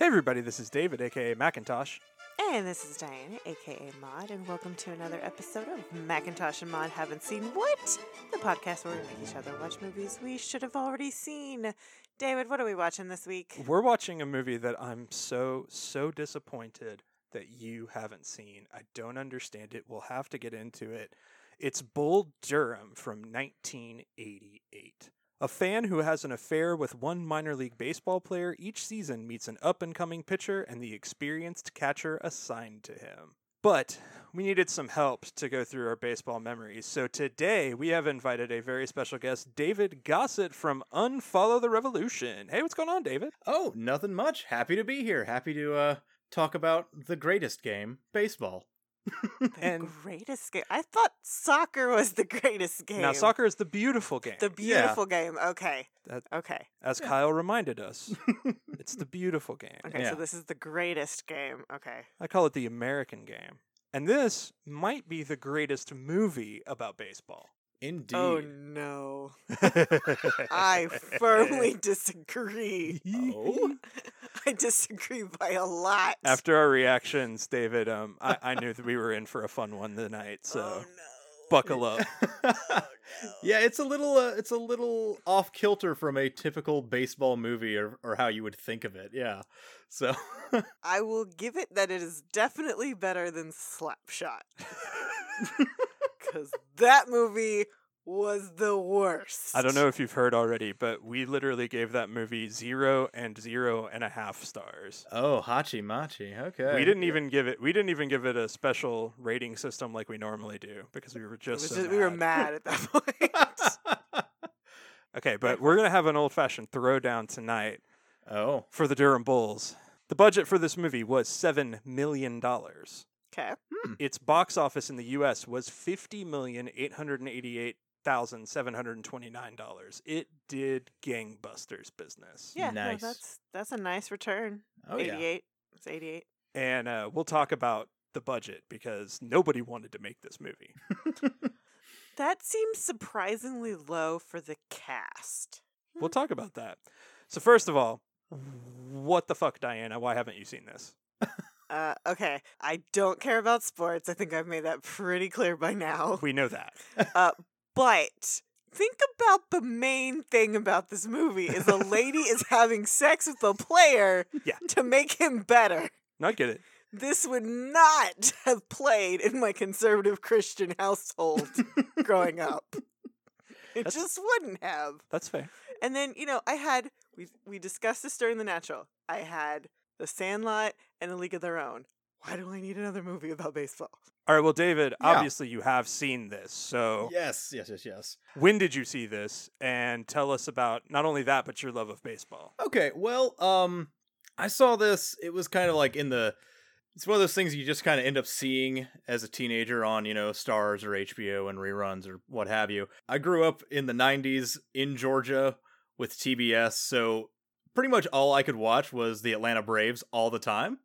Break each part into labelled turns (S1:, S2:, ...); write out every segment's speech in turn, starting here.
S1: everybody, this is David, aka Macintosh.
S2: And this is Diana, aka Mod, and welcome to another episode of Macintosh and Mod Haven't Seen What? The podcast where we make each other watch movies we should have already seen. David, what are we watching this week?
S1: We're watching a movie that I'm so, so disappointed that you haven't seen. I don't understand it. We'll have to get into it. It's Bull Durham from 1988. A fan who has an affair with one minor league baseball player each season meets an up and coming pitcher and the experienced catcher assigned to him. But we needed some help to go through our baseball memories, so today we have invited a very special guest, David Gossett from Unfollow the Revolution. Hey, what's going on, David?
S3: Oh, nothing much. Happy to be here. Happy to uh talk about the greatest game, baseball.
S2: The greatest game. I thought soccer was the greatest game.
S1: Now, soccer is the beautiful game.
S2: The beautiful game. Okay.
S1: That-
S2: okay.
S1: As Kyle reminded us, it's the beautiful game.
S2: Okay.
S3: Yeah.
S2: So this is the greatest game. Okay.
S1: I call it the American game. And this might be the greatest movie about baseball.
S3: Indeed.
S2: Oh no. I firmly disagree.
S3: Oh?
S2: I disagree by a lot.
S1: After our reactions, David, um, I, I knew that we were in for a fun one tonight, so
S2: oh no.
S1: buckle up.
S3: yeah, it's a little uh, it's a little off kilter from a typical baseball movie or, or how you would think of it. Yeah. So
S2: I will give it that it is definitely better than Slapshot. Cuz that movie was the worst.
S1: I don't know if you've heard already, but we literally gave that movie zero and zero and a half stars.
S3: Oh, Hachi Machi. Okay.
S1: We didn't even give it. We didn't even give it a special rating system like we normally do because we were
S2: It
S1: just,
S2: was
S1: so
S2: just- we were
S1: mad.
S2: mad at that point.
S1: Okay, but we're gonna have an old fashioned throwdown tonight
S3: oh.
S1: for the Durham Bulls. The budget for this movie was seven million dollars.
S2: okay.
S1: Its box office in the U.S. was fifty million eight hundred and eighty-eight thousand seven hundred and twenty-nine dollars. It did gangbusters business,
S2: Yeah, no,
S3: Nice.
S2: that's that's a nice return.
S3: Oh yeah.
S2: 88. It's 88.
S1: and uh, we'll talk about the budget because nobody wanted to make this movie.
S2: That seems surprisingly low for the cast.
S1: We'll talk about that. So first of all, what the fuck, Diana? Why haven't you seen this?
S2: Uh, okay, I don't care about sports. I think I've made that pretty clear by now.
S1: We know that.
S2: But think about the main thing about this movie is a lady is having sex with a player
S1: Yeah.
S2: to make him better.
S1: No, I get it.
S2: This would not have played in my conservative Christian household growing up. It
S1: That's-
S2: just wouldn't have.
S1: That's fair.
S2: And then, you know, I had we we discussed this during the natural. I had The Sandlot and A League of Their Own. Why do I need another movie about baseball?
S1: All right. Well, David,
S3: Yeah.
S1: obviously you have seen this. So
S3: Yes, yes, yes, yes.
S1: when did you see this? And tell us about not only that, but your love of baseball.
S3: Okay, well, um, I saw this. It was kind of like in the. It's one of those things you just kind of end up seeing as a teenager on, you know, Stars or HBO and reruns or what have you. I grew up in the 90s in Georgia with TBS, so pretty much all I could watch was the Atlanta Braves all the time.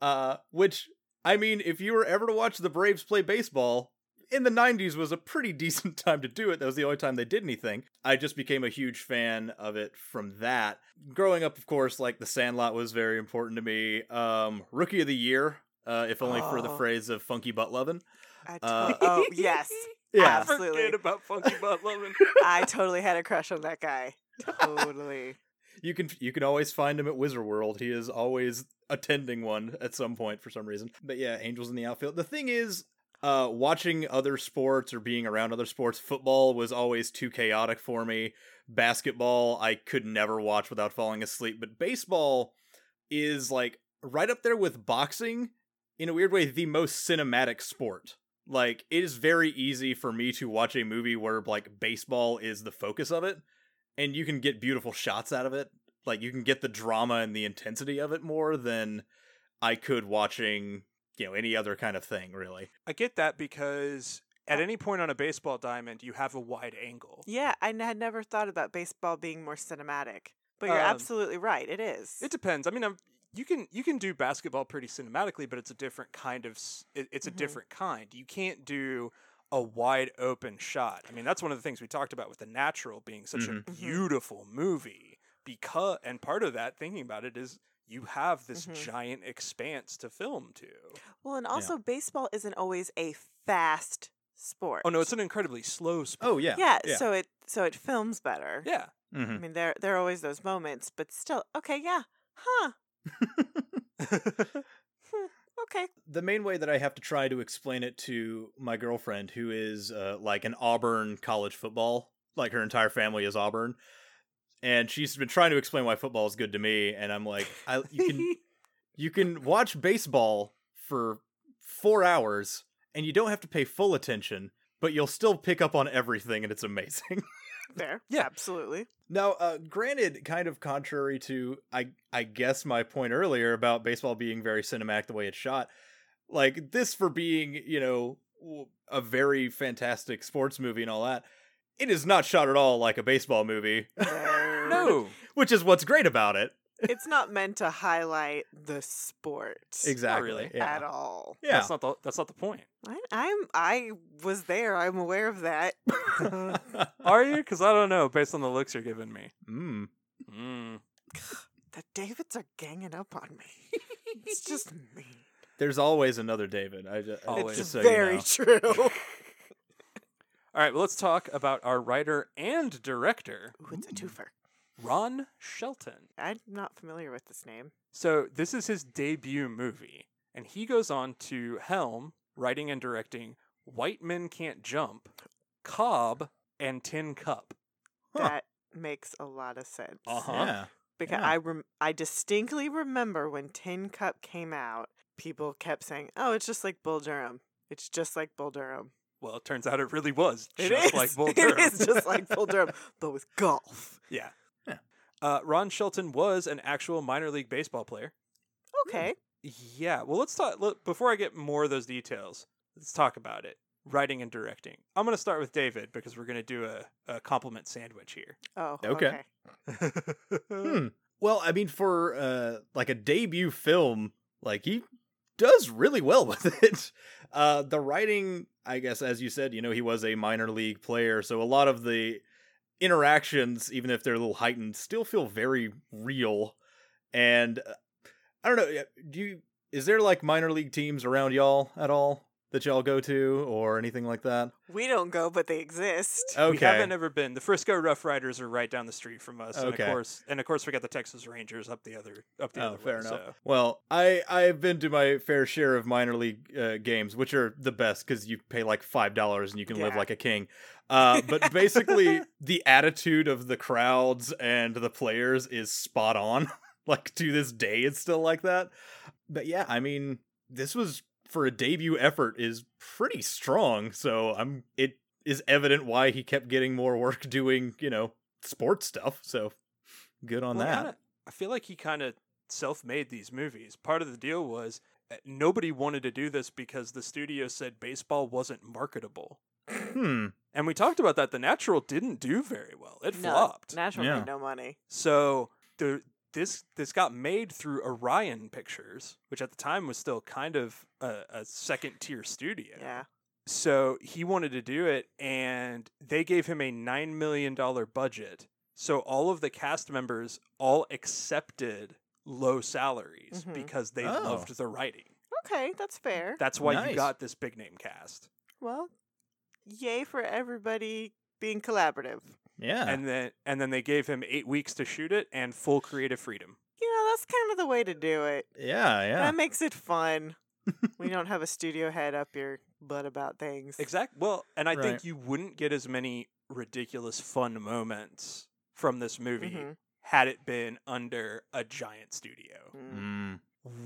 S3: Uh, which, I mean, if you were ever to watch the Braves play baseball, in the 90s was a pretty decent time to do it. That was the only time they did anything. I just became a huge fan of it from that. Growing up, of course, like The Sandlot was very important to me. Um, Rookie of the Year, uh, if only for the
S2: Oh.
S3: phrase of Funky Butt Lovin'.
S2: I to-
S3: Uh,
S2: oh yes,
S1: Ah,
S3: Yeah.
S2: Absolutely.
S1: Forget about Funky Butt Lovin'.
S2: I totally had a crush on that guy. Totally.
S3: You can you can always find him at Wizard World. He is always attending one at some point for some reason. But yeah, Angels in the outfield. The thing is, uh, watching other sports or being around other sports, football was always too chaotic for me. Basketball, I could never watch without falling asleep. But baseball is like right up there with boxing in a weird way, the most cinematic sport. Like it is very easy for me to watch a movie where like baseball is the focus of it and you can get beautiful shots out of it. Like you can get the drama and the intensity of it more than I could watching, you know, any other kind of thing, really.
S1: I get that because at any point on a baseball diamond, you have a wide angle.
S2: Yeah, I n- had never thought about baseball being more cinematic, but you're
S1: Um,
S2: absolutely right. It is.
S1: It depends. I mean, i you can you can do basketball pretty cinematically, but it's a different kind of s- it, it's
S3: Mm-hmm.
S2: Mhm.
S1: a different kind. You can't do a wide open shot. I mean, that's one of the things we talked about with the natural being such
S3: Mhm.
S1: a
S2: Mhm.
S1: beautiful movie because and part of that thinking about it is you have this
S2: Mhm.
S3: Mm-hmm.
S1: giant expanse to film to.
S2: Well, and also baseball isn't always a fast sport.
S1: Oh no, it's an incredibly slow sport.
S3: Oh yeah.
S2: yeah, so it so it films better.
S1: Yeah.
S2: I
S3: Mhm.
S2: mean there there are always those moments, but still okay, yeah. Huh. Hmm, Okay.
S3: the main way that I have to try to explain it to my girlfriend, who is uh, like an Auburn college football, like her entire family is Auburn, and she's been trying to explain why football is good to me, and I'm like, I, you can you can watch baseball for four hours, and you don't have to pay full attention, but you'll still pick up on everything, and it's amazing.
S2: There.
S1: Yeah.
S2: Absolutely.
S3: Now, uh, granted, kind of contrary to I I guess my point earlier about baseball being very cinematic the way it's shot, like this for being you know w- a very fantastic sports movie and all that, it is not shot at all like a baseball movie,
S1: No.
S3: which is what's great about it.
S2: It's not meant to highlight the sport
S3: Exactly.
S1: really.
S3: Yeah.
S2: at all.
S3: Yeah.
S1: That's not the that's not the point.
S2: I, I'm I was there. I'm aware of that.
S1: Are you? Because I don't know, based on the looks you're giving me.
S3: mm.
S1: Mm.
S2: the Davids are ganging up on me. It's just me.
S3: There's always another David. I just,
S1: Always.
S2: It's
S3: just so you
S2: very
S3: know.
S2: true.
S1: All right, well, let's talk about our writer and director,
S2: Ooh, it's a twofer.
S1: Ron Shelton.
S2: I'm not familiar with this name.
S1: So, this is his debut movie, and he goes on to helm, writing and directing White Men Can't Jump, Cobb, and Tin Cup.
S3: Huh.
S2: That makes a lot of sense.
S1: Uh-huh.
S3: Yeah.
S2: Because
S3: yeah.
S2: I rem- I distinctly remember when Tin Cup came out, people kept saying, "Oh, it's just like Bull Durham. It's just like Bull Durham.
S1: Well, it turns out it really was
S2: It
S1: just
S2: is.
S1: like Bull Durham.
S2: It is just like Bull Durham, but with golf."
S1: Yeah.
S3: Yeah.
S1: Uh, Ron Shelton was an actual minor league baseball player. Hmm.
S2: Okay.
S1: Yeah. Well, let's talk. Look, before I get more of those details, let's talk about it. Writing and directing. I'm going to start with David because we're going to do a, a compliment sandwich here.
S2: Oh, okay.
S3: Okay. Hmm. Well, I mean, for uh, like a debut film, like he does really well with it. Uh, the writing, I guess, as you said, you know, he was a minor league player, so a lot of the interactions, even if they're a little heightened, still feel very real. And uh, I don't know, do you? Is there like minor league teams around y'all at all that y'all go to or anything like that?
S2: We don't go, but they exist.
S3: Okay,
S1: We haven't ever been. The Frisco Rough Riders are right down the street from us, and of
S3: Okay.
S1: course, and of course, we got the Texas Rangers up the other up the
S3: oh,
S1: other
S3: fair
S1: way.
S3: enough.
S1: So.
S3: Well, I I've been to my fair share of minor league uh, games, which are the best because you pay like five dollars and you can live
S2: Yeah.
S3: like a king. Uh, but basically, the attitude of the crowds and the players is spot on. like to this day, it's still like that. But yeah, I mean, this was for a debut effort is pretty strong. So I'm it is evident why he kept getting more work doing you know sports stuff. So good on
S1: Well,
S3: that.
S1: kinda- I feel like he kind of self-made these movies. Part of the deal was uh, nobody wanted to do this because the studio said baseball wasn't marketable.
S3: Hmm.
S1: And we talked about that. The Natural didn't do very well. It flopped.
S2: Natural
S3: Yeah.
S2: made no money.
S1: so the this this got made through Orion Pictures, which at the time was still kind of a, a second tier studio.
S2: Yeah.
S1: So he wanted to do it, and they gave him a nine million dollar budget. So all of the cast members all accepted low salaries
S2: Mhm.
S1: because they
S3: Oh.
S1: loved the writing.
S2: Okay, that's fair.
S1: That's why
S3: Nice.
S1: you got this big name cast.
S2: well, yay for everybody being collaborative.
S3: Yeah.
S1: And then and then they gave him eight weeks to shoot it and full creative freedom.
S2: You know, that's kind of the way to do it.
S3: Yeah, yeah.
S2: That makes it fun. we don't have a studio head up your butt about things.
S1: Exact well, and I
S3: Right.
S1: think you wouldn't get as many ridiculous fun moments from this movie
S3: Mm-hmm.
S2: Mhm.
S1: had it been under a giant studio.
S2: Mm.
S3: Mm.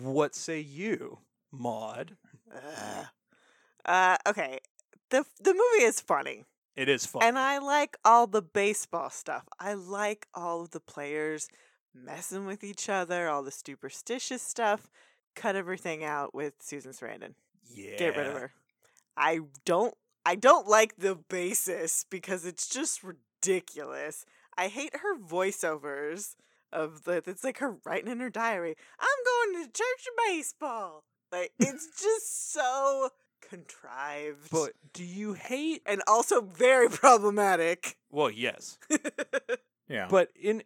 S1: What say you, Maud?
S2: Ugh. Uh, okay. The the movie is funny.
S1: It is fun.
S2: And I like all the baseball stuff. I like all of the players messing with each other, all the superstitious stuff. Cut everything out with Susan Sarandon.
S1: yeah.
S2: Get rid of her. I don't I don't like the basis because it's just ridiculous. I hate her voiceovers of the it's like her writing in her diary, I'm going to church of baseball. Like it's just so contrived.
S1: But do you hate?
S2: and also very problematic.
S1: Well, yes,
S3: Yeah.
S1: but in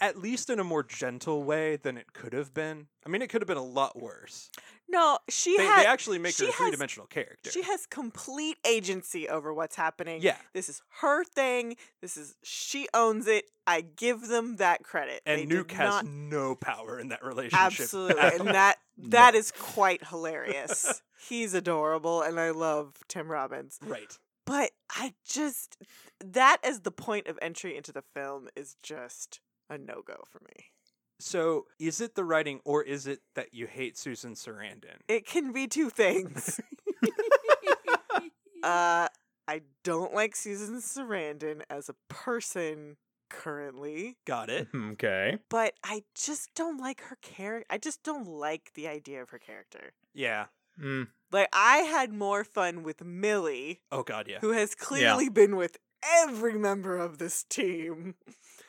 S1: at least in a more gentle way than it could have been. I mean, it could have been a lot worse.
S2: No, she
S1: They,
S2: had
S1: they actually make her
S2: she
S1: a
S2: has-
S1: three dimensional character.
S2: she has complete agency over what's happening.
S1: yeah,
S2: This is her thing. This is she owns it. I give them that credit. They
S1: and
S2: did
S1: Nuke has
S2: not-
S1: no power in that relationship. at
S2: absolutely,
S1: all.
S2: and that that is quite hilarious. He's adorable, and I love Tim Robbins.
S1: right.
S2: But I just that as the point of entry into the film is just a no go for me.
S1: So, is it the writing, or is it that you hate Susan Sarandon?
S2: It can be two things. uh, I don't like Susan Sarandon as a person currently,
S1: Got it.
S3: Okay.
S2: but I just don't like her character. I just don't like the idea of her character.
S1: Yeah.
S3: Mm.
S2: Like I had more fun with Millie,
S1: Oh God. Yeah.
S2: who has clearly been with every member of this team.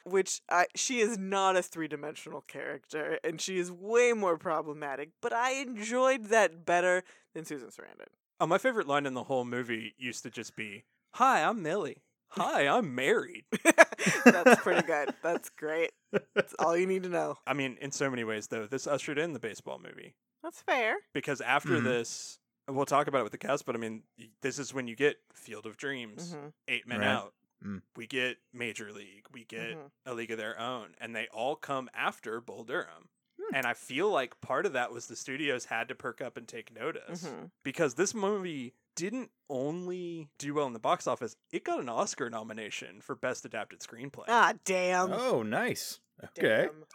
S2: Which I, she is not a three dimensional character, and she is way more problematic. But I enjoyed that better than Susan Sarandon.
S1: Oh, my favorite line in the whole movie used to just be, "Hi, I'm Millie. Hi, I'm married."
S2: That's pretty good. That's great. That's all you need to know.
S1: I mean, in so many ways, though, this ushered in the baseball movie
S2: That's fair.
S1: because after
S3: Mhm.
S1: this, and we'll talk about it with the cast. But I mean, y- this is when you get Field of Dreams,
S2: Mhm,
S1: Eight Men
S3: Right.
S1: Out.
S3: Mm.
S1: We get Major League. We get
S2: mhm.
S1: A League of Their Own, and they all come after Bull Durham.
S3: Hmm.
S1: And I feel like part of that was the studios had to perk up and take notice
S2: Mhm.
S1: because this movie didn't only do well in the box office; it got an Oscar nomination for Best Adapted Screenplay.
S2: Ah, damn.
S3: oh, nice. Okay.
S2: Damn.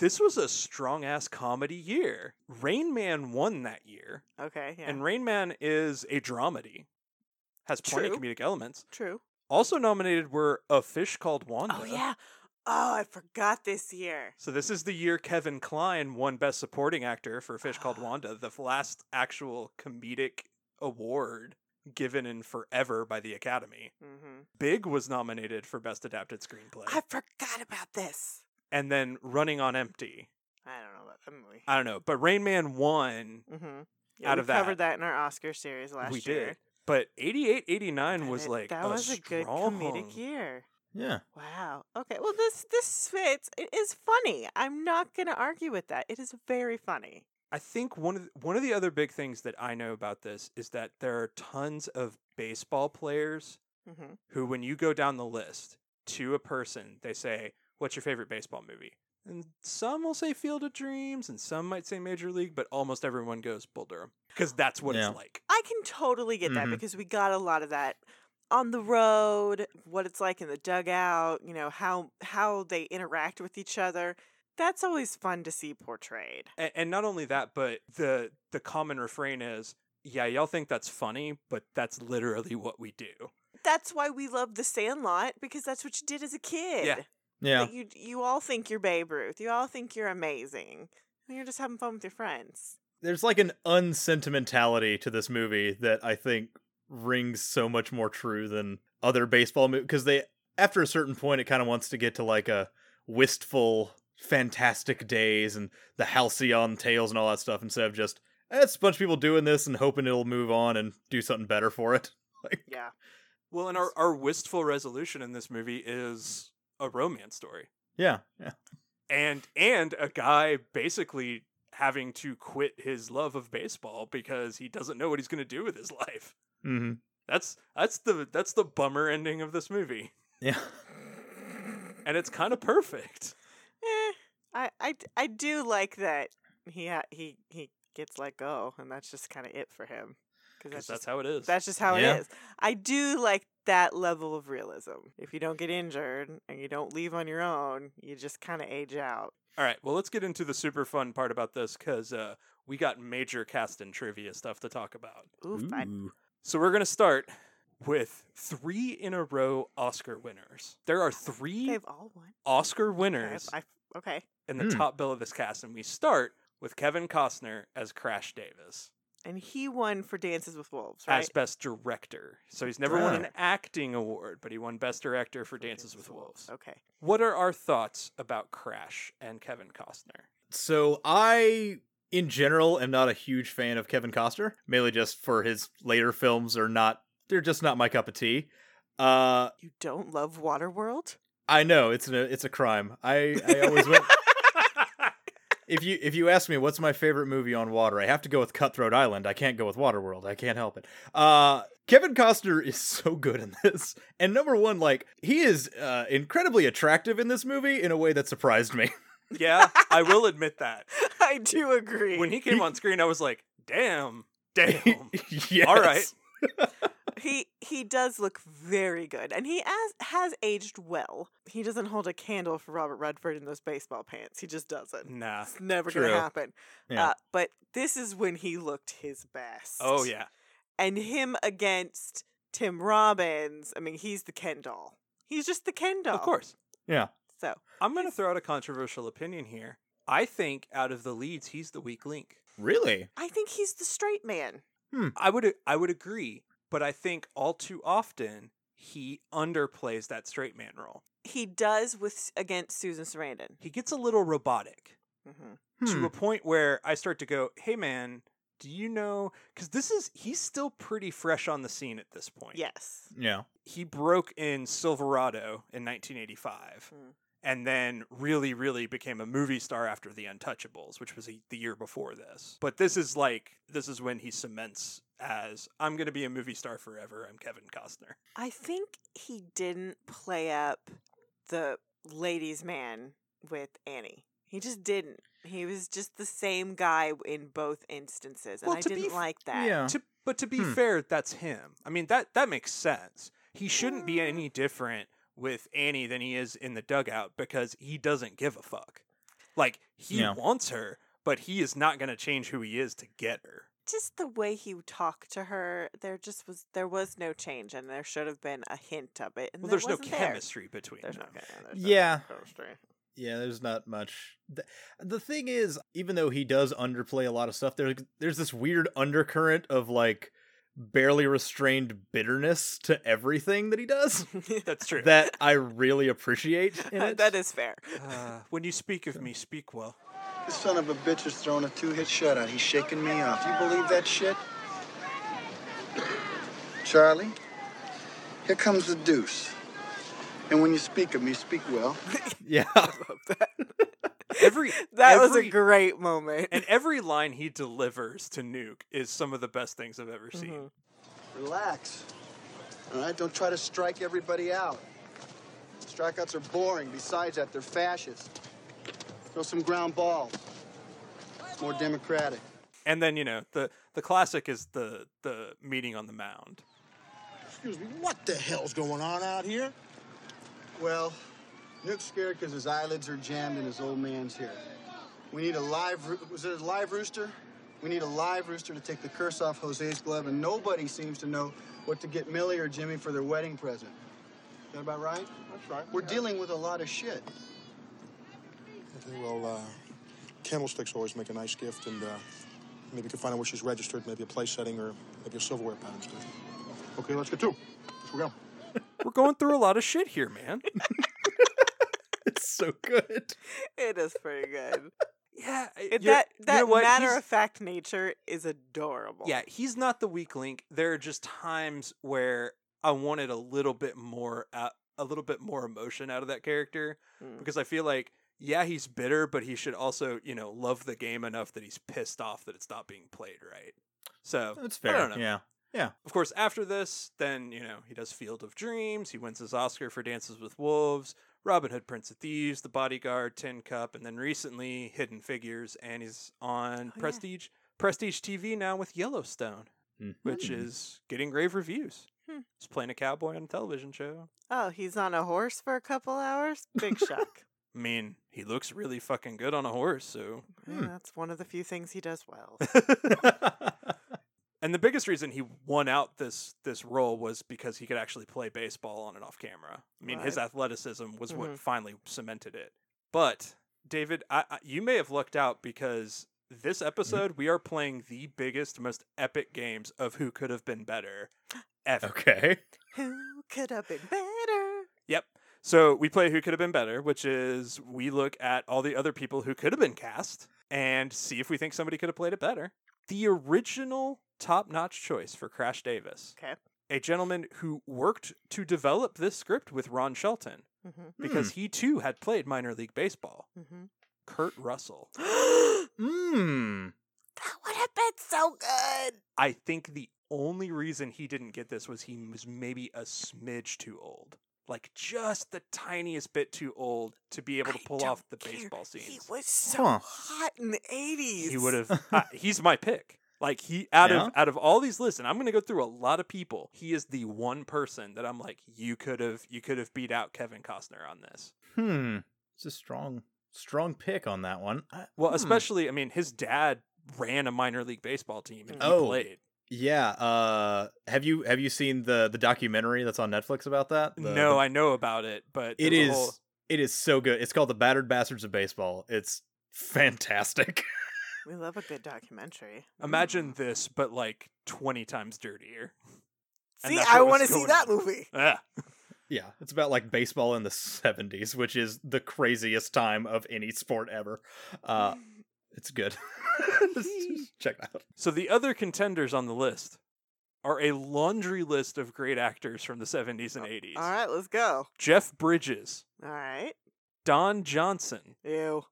S1: This was a strong ass comedy year. Rain Man won that year,
S2: Okay. Yeah.
S1: and Rain Man is a dramedy, has plenty of
S2: True.
S1: comedic elements.
S2: True.
S1: Also nominated were A Fish Called Wanda.
S2: Oh yeah. Oh, I forgot this year.
S1: So this is the year Kevin Kline won Best Supporting Actor for A Fish Called
S2: Ah.
S1: Wanda, the f- last actual comedic award given in forever by the Academy.
S2: hmm
S1: Big was nominated for Best Adapted Screenplay,
S2: I forgot about this.
S1: and then Running on Empty.
S2: I don't know about that movie.
S1: I don't know, but Rain Man won.
S2: mm-hmm.
S1: out
S2: we
S1: of that-
S2: covered that in our Oscar series last
S1: we
S2: year.
S1: did, but 88, 89
S2: That
S1: was
S2: it-
S1: like
S2: that
S1: a
S2: was a good comedic
S1: strong-
S2: year.
S3: Yeah.
S2: Wow. Okay. Well, this this fits. It is funny. I'm not gonna argue with that. It is very funny.
S1: I think one of the, one of the other big things that I know about this is that there are tons of baseball players
S2: Mm-hmm.
S1: who, when you go down the list to a person, they say, What's your favorite baseball movie? And some will say Field of Dreams, and some might say Major League, but almost everyone goes Bull Durham because that's what
S3: Yeah.
S1: it's like.
S2: I can totally get
S1: Mm-hmm.
S2: that
S3: Mhm.
S2: because we got a lot of that on the road, what it's like in the dugout, you know, how how they interact with each other. That's always fun to see portrayed.
S1: And, and not only that, but the the common refrain is, "Yeah, y'all think that's funny, but that's literally what we do."
S2: That's why we love The Sandlot because that's what you did as a kid.
S3: Yeah.
S2: That You you all think you're Babe Ruth. You all think you're amazing. And you're just having fun with your friends.
S3: There's like an unsentimentality to this movie that I think rings so much more true than other baseball movies because they, after a certain point, it kind of wants to get to like a wistful, fantastic days and the halcyon tales and all that stuff instead of just, eh, it's a bunch of people doing this and hoping it'll move on and do something better for it. Like,
S2: Yeah.
S1: Well, and our, our wistful resolution in this movie is a romance story,
S3: yeah. Yeah.
S1: and and a guy basically having to quit his love of baseball because he doesn't know what he's going to do with his life.
S3: Mm-hmm.
S1: That's that's the that's the bummer ending of this movie,
S3: Yeah.
S1: and it's kind of perfect.
S2: Eh, I, I, d- I do like that he ha- he he gets let go, and that's just kind of it for him.
S1: 'cause
S2: Because
S1: That's,
S2: that's,
S1: how it is.
S2: that's just how
S3: Yeah.
S2: it is. I do like that level of realism. If you don't get injured and you don't leave on your own, you just kind of age out.
S1: All right, well, let's get into the super fun part about this because uh, we got major cast and trivia stuff to talk about.
S2: Oof, I,
S3: Ooh.
S1: So we're gonna start with three in a row Oscar winners. There are 3
S2: they've all won.
S1: Oscar
S2: Okay,
S1: winners
S2: I, okay.
S1: in the
S3: Hmm.
S1: top bill of this cast, and we start with Kevin Costner as Crash Davis
S2: And he won for Dances with Wolves, right?
S1: as Best Director. So he's never won an
S3: Right.
S1: acting award, but he won Best Director for Dances with Wolves.
S2: Okay.
S1: What are our thoughts about Crash and Kevin Costner?
S3: So I, in general, am not a huge fan of Kevin Costner, mainly just for his later films are not they're just not my cup of tea. Uh,
S2: You don't love Waterworld?
S3: I know it's a it's a crime. I, I always went. If you if you ask me what's my favorite movie on water, I have to go with Cutthroat Island. I can't go with Waterworld. I can't help it. Uh, Kevin Costner is so good in this, and number one, like he is uh, incredibly attractive in this movie in a way that surprised me.
S1: yeah, I will admit that.
S2: I do agree.
S1: When he came on screen, I was like, damn, damn.
S3: yes.
S1: All right.
S2: he he does look very good, and he has, has aged well. He doesn't hold a candle for Robert Redford in those baseball pants. He just doesn't.
S1: Nah.
S2: It's never
S3: True.
S2: gonna happen.
S3: Yeah.
S2: Uh, but this is when he looked his best.
S1: Oh, yeah.
S2: and him against Tim Robbins. I mean, he's the Ken doll. He's just the Ken doll.
S1: Of course.
S2: So
S1: I'm going to throw out a controversial opinion here. I think out of the leads, he's the weak link.
S3: Really?
S2: I think he's the straight man.
S1: I would I would agree, but I think all too often he underplays that straight man role.
S2: He does with against Susan Sarandon.
S1: He gets a little robotic
S2: hmm
S3: Hmm.
S1: to a point where I start to go, "Hey man, do you know cuz this is he's still pretty fresh on the scene at this point.
S2: Yes.
S3: Yeah.
S1: He broke in Silverado in 1985
S3: Hmm.
S2: Mm.
S1: and then really really became a movie star after The Untouchables, which was a, the year before this. But this is like this is when he cements as I'm going to be a movie star forever. I'm Kevin Costner.
S2: I think he didn't play up the ladies' man with Annie. He just didn't. He was just the same guy in both instances, and
S1: Well,
S2: I
S1: to be
S2: didn't
S1: f-
S2: like that.
S3: Yeah.
S1: to, but to be
S3: Hmm.
S1: fair, that's him. I mean that that makes sense. He shouldn't be
S2: Mm.
S1: any different with Annie than he is in the dugout because he doesn't give a fuck. Like he
S3: Yeah.
S1: wants her, but he is not going to change who he is to get her.
S2: Just the way he talked to her, there just was there was no change, and there should have been a hint of it. And
S1: Well,
S2: there
S1: there's no
S2: wasn't there.
S1: chemistry between
S2: There's
S1: them.
S2: no chem- there's no
S3: Yeah.
S2: chemistry.
S3: Yeah, there's not much. The, the thing is, even though he does underplay a lot of stuff, there's there's this weird undercurrent of like barely restrained bitterness to everything that he does
S1: That's true.
S3: that I really appreciate. In it.
S2: that is fair.
S1: uh, when you speak of me, speak well.
S4: This son of a bitch is throwing a two-hit shutout. He's shaking me off. You believe that shit? Charlie, here comes the deuce. And when you speak of me, speak well.
S3: yeah,
S1: Every
S2: That was a
S1: every-
S2: great moment.
S1: and every line he delivers to Nuke is some of the best things I've ever seen.
S2: Mm-hmm.
S4: Relax. All right, don't try to strike everybody out. Strikeouts are boring. Besides that, they're fascist. Throw some ground balls. It's more democratic.
S1: And then you know the the classic is the the meeting on the mound.
S4: Excuse me, what the hell's going on out here? Well, Nuke's scared because his eyelids are jammed and his old man's here. We need a live, roo- was it a live rooster? We need a live rooster to take the curse off Jose's glove, and nobody seems to know what to get Millie or Jimmy for their wedding present. Is that about right? That's right. We're dealing with a lot of shit.
S5: Okay, well, uh, candlesticks always make a nice gift, and uh, maybe you can find out where she's registered, maybe a place setting or maybe a silverware pattern. Steve.
S4: Okay, let's get to it. we go.
S1: We're going through a lot of shit here, man.
S3: it's so good.
S2: It is pretty good.
S1: Yeah, I-
S2: It-
S1: you're-
S2: that
S1: you know
S2: that
S1: what?
S2: matter
S1: He's-
S2: of fact nature is adorable.
S1: yeah, he's not the weak link. There are just times where I wanted a little bit more, uh, a little bit more emotion out of that character
S2: Mm.
S1: because I feel like, yeah, he's bitter, but he should also, you know, love the game enough that he's pissed off that it's not being played right. So
S3: That's
S1: I
S3: fair.
S1: don't know.
S3: Yeah,
S1: Of course, after this, then, you know, he does Field of Dreams, he wins his Oscar for Dances with Wolves, Robin Hood, Prince of Thieves, The Bodyguard, Tin Cup, and then recently Hidden Figures, and he's on
S2: Oh, yeah.
S1: Prestige Prestige TV now with Yellowstone, which
S3: Mhm.
S1: is getting rave reviews.
S2: Hmm.
S1: He's playing a cowboy on a television show.
S2: Oh, he's on a horse for a couple hours. Big shock.
S1: I mean, he looks really fucking good on a horse, so
S2: Yeah,
S3: Hmm.
S2: Eh, that's one of the few things he does well.
S3: Mm-hmm.
S1: and the biggest reason he won out this this role was because he could actually play baseball on and off camera. I mean, his athleticism was what finally cemented it. But David, I, I, you may have lucked out because this episode we are playing the biggest, most epic games of who could have been better ever.
S3: okay.
S2: Who could have been better?
S1: Yep. So we play Who Could Have Been Better, which is we look at all the other people who could have been cast and see if we think somebody could have played it better. The original top notch choice for Crash Davis,
S2: Okay.
S1: a gentleman who worked to develop this script with Ron Shelton,
S2: Mm-hmm.
S1: because he too had played minor league baseball.
S2: Mm-hmm.
S1: Kurt Russell.
S2: that
S3: Mmm.
S2: would have been so good.
S1: I think the only reason he didn't get this was he was maybe a smidge too old. Like just the tiniest bit too old to be able to
S2: I
S1: pull
S2: don't
S1: off the
S2: care.
S1: baseball
S2: He
S1: scenes.
S2: was so
S3: Huh.
S2: hot in the eighties.
S1: He would have uh, he's my pick. Like he out
S3: Yeah?
S1: of out of all these lists and I'm going to go through a lot of people. He is the one person that I'm like you could have you could have beat out Kevin Costner on this.
S3: Hmm. It's a strong, strong pick on that one. I-
S1: Well,
S3: hmm.
S1: especially I mean his dad ran a minor league baseball team and he
S3: Oh.
S1: played.
S3: Yeah. Uh, have you have you seen the the documentary that's on Netflix about that? The-
S1: no,
S3: the-
S1: I know about it, but
S3: it
S1: there's a
S3: is
S1: whole-
S3: it is so good. It's called the Battered Bastards of Baseball. It's fantastic.
S2: We love a good documentary. Mm-hmm.
S1: Imagine this, but like 20 times dirtier. And
S2: see,
S1: that's
S2: I
S1: what was
S2: want to see
S1: going
S2: that
S1: on.
S2: movie.
S1: Ah,
S3: yeah, it's about like baseball in the seventies, which is the craziest time of any sport ever. Uh, it's good. Just- just Check it out.
S1: So the other contenders on the list are a laundry list of great actors from the 70s
S3: Uh,
S1: and 80s.
S2: All right, let's go.
S1: Jeff Bridges,
S2: All right.
S1: Don Johnson,
S2: Ew.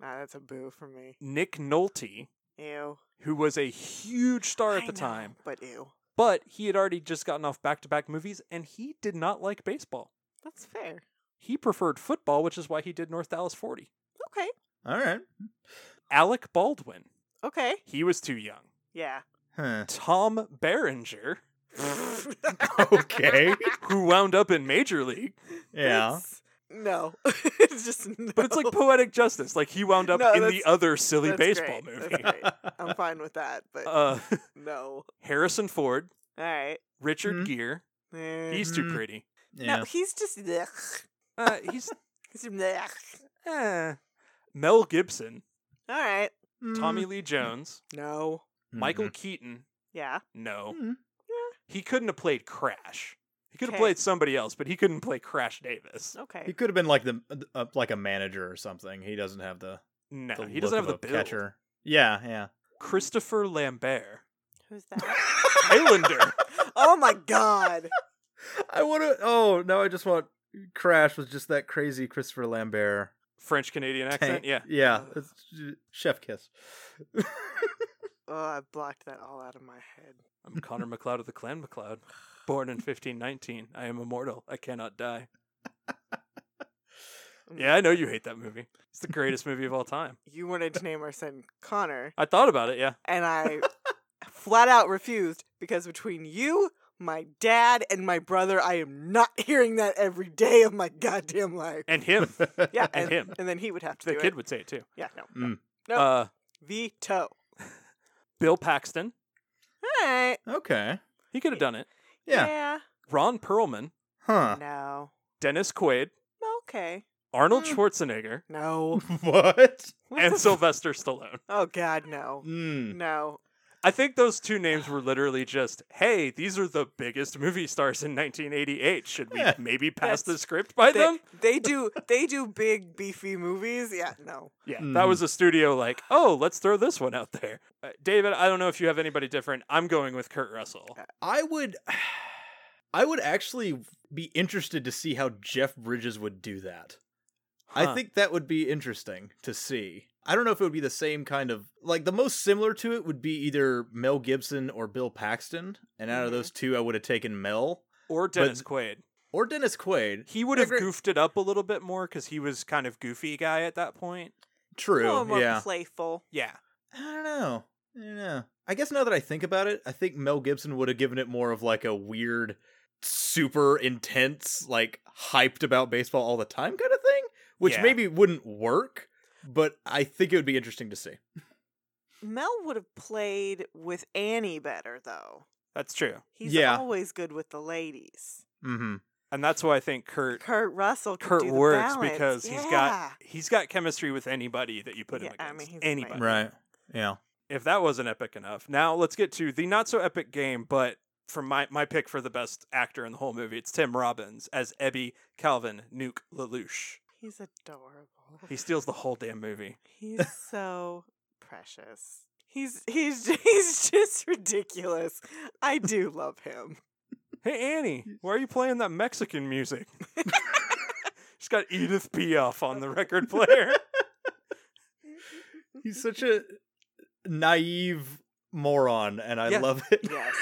S2: Nah, that's a boo for me.
S1: Nick Nolte,
S2: Ew.
S1: who was a huge star at
S2: I
S1: the
S2: know,
S1: time,
S2: but ew.
S1: but he had already just gotten off back-to-back movies and he did not like baseball.
S2: That's fair.
S1: He preferred football, which is why he did North Dallas 40.
S2: Okay.
S3: All right.
S1: Alec Baldwin,
S2: Okay.
S1: he was too young.
S2: Yeah.
S3: Huh.
S1: Tom Berenger,
S3: Okay.
S1: who wound up in Major League.
S3: Yeah.
S2: That's- No. it's just no.
S1: But it's like poetic justice. Like he wound up
S2: No,
S1: in the
S2: that's-
S1: other silly
S2: That's
S1: baseball
S2: great.
S1: movie.
S2: That's great. I'm fine with that, but
S1: Uh,
S2: no.
S1: Harrison Ford,
S2: All right.
S1: Richard
S2: Mm-hmm.
S3: Mhm.
S1: Gere.
S2: Eh.
S1: He's too
S3: Mhm.
S1: pretty.
S3: yeah.
S2: No, he's just blech.
S1: Uh, he's
S2: He's blech.
S1: eh. Mel Gibson,
S2: All right. Mm-hmm.
S1: Tommy Lee Jones,
S2: No.
S3: Mm-hmm.
S1: Michael
S2: Mm-hmm.
S1: Keaton.
S2: Yeah.
S1: No,
S3: Mhm.
S1: he couldn't have played Crash. He could have
S2: Hmm. Okay.
S1: played somebody else, but he couldn't play Crash Davis.
S3: He
S2: Okay.
S3: could have been like the uh, like a manager or something. He doesn't have the,
S1: No,
S3: the
S1: he doesn't
S3: look
S1: have the
S3: of a
S1: build.
S3: catcher. Yeah, yeah.
S1: Christopher Lambert,
S2: Who's that?
S1: Highlander.
S2: oh my god.
S3: I want to. Oh no, I just want Crash was just that crazy Christopher Lambert
S1: French Canadian accent.
S3: tank-
S1: Yeah,
S3: yeah. It's j- chef kiss.
S2: Oh, I blocked that all out of my head.
S1: I'm Connor McLeod of the Clan McLeod. Born in 1519, I am immortal. I cannot die. Yeah, I know you hate that movie. It's the greatest movie of all time.
S2: You wanted to name our son Connor,
S1: I thought about it, yeah.
S2: and I flat out refused because between you, my dad, and my brother, I am not hearing that every day of my goddamn life.
S1: And him.
S2: Yeah,
S1: and him.
S2: And then he would have to
S1: The
S2: do
S1: kid
S2: it.
S1: would say it too.
S2: Yeah, no.
S3: Mm.
S2: Nope.
S1: Uh,
S2: Veto.
S1: Bill Paxton.
S2: All right.
S3: okay.
S1: He could have done it.
S3: Yeah.
S1: Ron Perlman.
S3: Huh.
S2: No.
S1: Dennis Quaid.
S2: Okay.
S1: Arnold
S2: Hmm.
S3: Mm.
S1: Schwarzenegger.
S2: No.
S3: What?
S2: What
S1: And
S2: the f-
S1: Sylvester Stallone.
S2: oh God, no.
S3: Mm.
S2: No.
S1: I think those two names were literally just, hey, these are the biggest movie stars in 1988. Should we
S3: Yeah.
S1: maybe pass
S2: That's-
S1: the script by
S2: They,
S1: them?
S2: they do they do big beefy movies. Yeah, no.
S1: Yeah, that
S3: Mhm.
S2: Hmm.
S1: was a studio like, oh, let's throw this one out there. Uh, David, I don't know if you have anybody different. I'm going with Kurt Russell.
S3: I would. I would actually be interested to see how Jeff Bridges would do that. I
S1: Huh.
S3: think that would be interesting to see. I don't know if it would be the same kind of like the most similar to it would be either Mel Gibson or Bill Paxton, and out
S2: Mhm.
S3: of those two, I would have taken Mel
S1: or Dennis Quaid.
S3: or Dennis Quaid.
S1: He would
S3: I
S1: have
S3: agree.
S1: goofed it up a little bit more because he was kind of goofy guy at that point.
S2: A little
S3: True,
S2: more
S3: yeah.
S2: playful.
S1: Yeah,
S3: I don't know. I don't know. I guess now that I think about it, I think Mel Gibson would have given it more of like a weird, super intense, like hyped about baseball all the time kind of thing, which
S1: Yeah.
S3: maybe wouldn't work, but I think it would be interesting to see.
S2: Mel would have played with Annie better though.
S1: that's true.
S2: He's
S3: Yeah.
S2: always good with the ladies.
S3: Mm-hmm.
S1: And that's why I think Kurt
S2: Kurt Russell could
S1: Kurt
S2: do the
S1: works
S2: balance.
S1: because he's
S2: Yeah.
S1: got he's got chemistry with anybody that you put him
S2: Yeah, I
S1: against.
S2: mean, he's
S1: anybody.
S2: amazing. Right.
S3: Yeah.
S1: If that wasn't epic enough, now let's get to the not so epic game, but for my my pick for the best actor in the whole movie, it's Tim Robbins as Ebby Calvin Nuke Lelouch.
S2: He's adorable.
S1: He steals the whole damn movie.
S2: He's so precious. He's he's he's just ridiculous. I do love him.
S1: Hey Annie, why are you playing that Mexican music? got Edith Piaf on the record player.
S3: He's such a naive moron, and I
S1: Yeah.
S3: love it.
S2: Yes.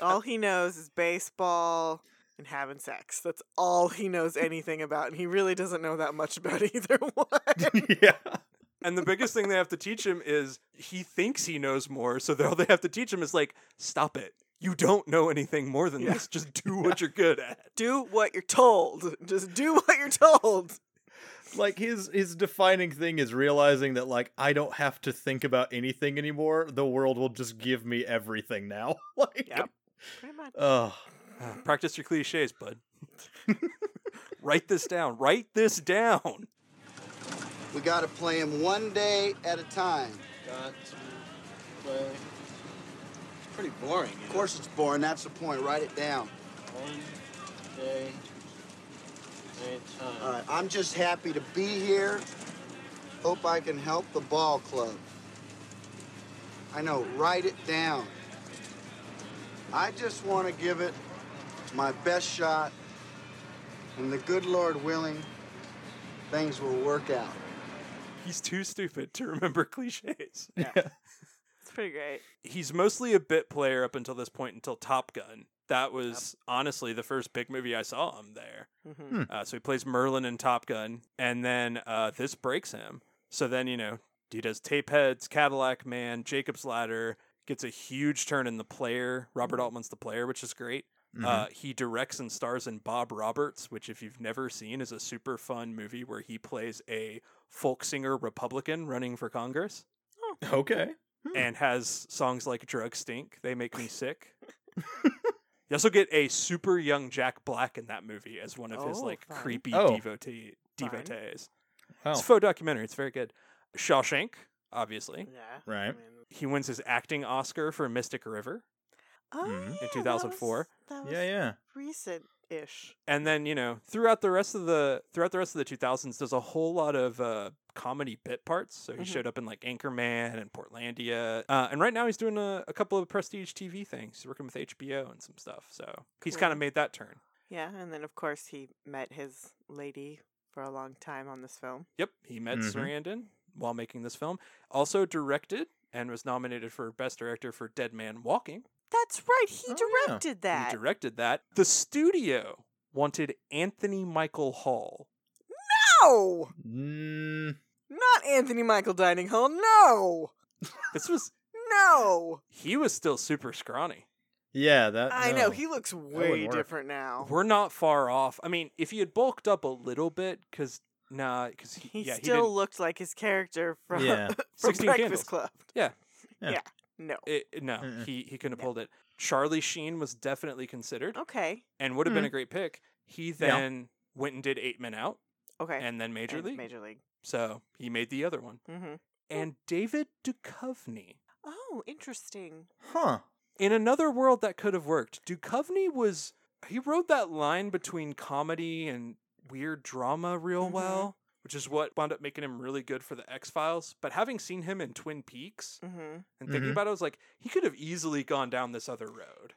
S2: all he knows is baseball and having sex. That's all he knows anything about, and he really doesn't know that much about either one.
S3: yeah.
S1: and the biggest thing they have to teach him is he thinks he knows more. So all they have to teach him is like, stop it. You don't know anything more than this. Just do what you're good at.
S2: do what you're told. Just do what you're told.
S3: Like his his defining thing is realizing that like I don't have to think about anything anymore. The world will just give me everything now. like
S2: Yep. Pretty much.
S3: ugh.
S1: Uh, practice your cliches, bud. Write this down. Write this down.
S4: We gotta play him one day at a time.
S6: Got to play. It's pretty boring. You
S4: Of course it's boring, that's the point. Write it down.
S6: Know? One day, eight times.
S4: All right, I'm just happy to be here. Hope I can help the ball club. I know, write it down. I just want to give it my best shot, and the good Lord willing, things will work out.
S1: He's too stupid to remember cliches.
S2: It's pretty great.
S1: He's mostly a bit player up until this point, until Top Gun. That was honestly the first big movie I saw him there. Uh, so he plays Merlin in Top Gun, and then uh, this breaks him. So then, you know, he does Tapeheads, Cadillac Man, Jacob's Ladder, gets a huge turn in The Player. Robert Altman's The Player, which is great. Uh, he directs and stars in Bob Roberts, which, if you've never seen, is a super fun movie where he plays a folk singer Republican running for Congress
S3: Okay.
S1: and has songs like Drug Stink, They Make Me Sick. you also get a super young Jack Black in that movie as one of his
S2: Oh,
S1: like
S2: fun.
S1: creepy
S3: Oh.
S1: devotee
S2: Fun.
S1: devotees. It's
S3: Oh.
S1: a faux documentary. It's very good. Shawshank, obviously.
S2: Yeah.
S3: Right.
S1: He wins his acting Oscar for Mystic River.
S2: Oh,
S3: Mhm. In
S2: yeah, that was-
S1: 2004.
S2: That was,
S3: Yeah, yeah.
S2: recent-ish.
S1: And then, you know, throughout the rest of the throughout the rest of the 2000s there's a whole lot of uh comedy bit parts. So he
S2: Mhm.
S1: showed up in like Anchorman and Portlandia. Uh, and right now he's doing a, a couple of prestige TV things. He's working with HBO and some stuff. So he's kind of
S2: Cool.
S1: made that turn.
S2: Yeah, and then of course he met his lady for a long time on this film.
S1: Yep, he met
S2: Mm-hmm.
S3: Mhm.
S1: Sarandon while making this film. Also directed and was nominated for Best Director for Dead Man Walking.
S2: That's right, he
S3: Oh, yeah.
S2: directed that.
S1: He directed that. The studio wanted Anthony Michael Hall.
S2: no,
S3: Mm,
S2: not Anthony Michael Dining Hall. No,
S1: This was
S2: no.
S1: he was still super scrawny.
S3: yeah. That
S2: I know
S3: Uh, no.
S2: he looks
S3: wouldn't
S2: way
S3: work.
S2: different now.
S1: We're not far off. I mean, if he had bulked up a little bit, because nah, because
S2: He
S1: yeah,
S2: still
S1: he
S2: looked like his character from,
S3: Yeah.
S2: from
S1: 16
S2: Breakfast
S1: Candles.
S2: Club.
S1: Yeah.
S3: Yeah.
S2: yeah. No.
S1: didn't. It, no,
S3: Mm-mm.
S1: he he couldn't have pulled it. Charlie Sheen was definitely considered
S2: Okay.
S1: and would have been
S2: mm-hmm.
S3: Mm.
S1: a great pick. He
S3: Yeah.
S1: then went and did Eight Men Out
S2: Okay.
S1: and then Major
S2: And
S1: League.
S2: Major League.
S1: So he made the other one.
S2: Mm-hmm.
S1: And David Duchovny.
S2: Oh, interesting.
S3: Huh.
S1: In another world, that could have worked. Duchovny was, he rode that line between comedy and weird drama real
S2: Mhm.
S1: well, which is what wound up making him really good for the X Files. But having seen him in Twin Peaks
S2: Mm-hmm.
S1: and thinking
S3: Mhm.
S1: about it, I was like, he could have easily gone down this other road.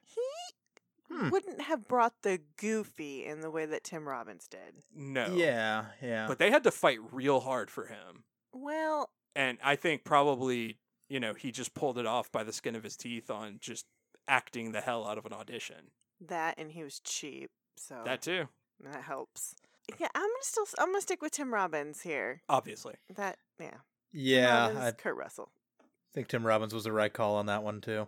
S3: Hmm.
S2: Wouldn't have brought the goofy in the way that Tim Robbins did.
S1: No.
S3: Yeah. Yeah.
S1: But they had to fight real hard for him.
S2: Well,
S1: and I think probably you know he just pulled it off by the skin of his teeth on just acting the hell out of an audition.
S2: that and he was cheap, so
S1: That too,
S2: that helps. Yeah, I'm gonna still I'm gonna stick with Tim Robbins here.
S1: obviously.
S2: That yeah,
S3: yeah.
S2: Robbins,
S3: I
S2: Kurt Russell.
S3: think Tim Robbins was the right call on that one too.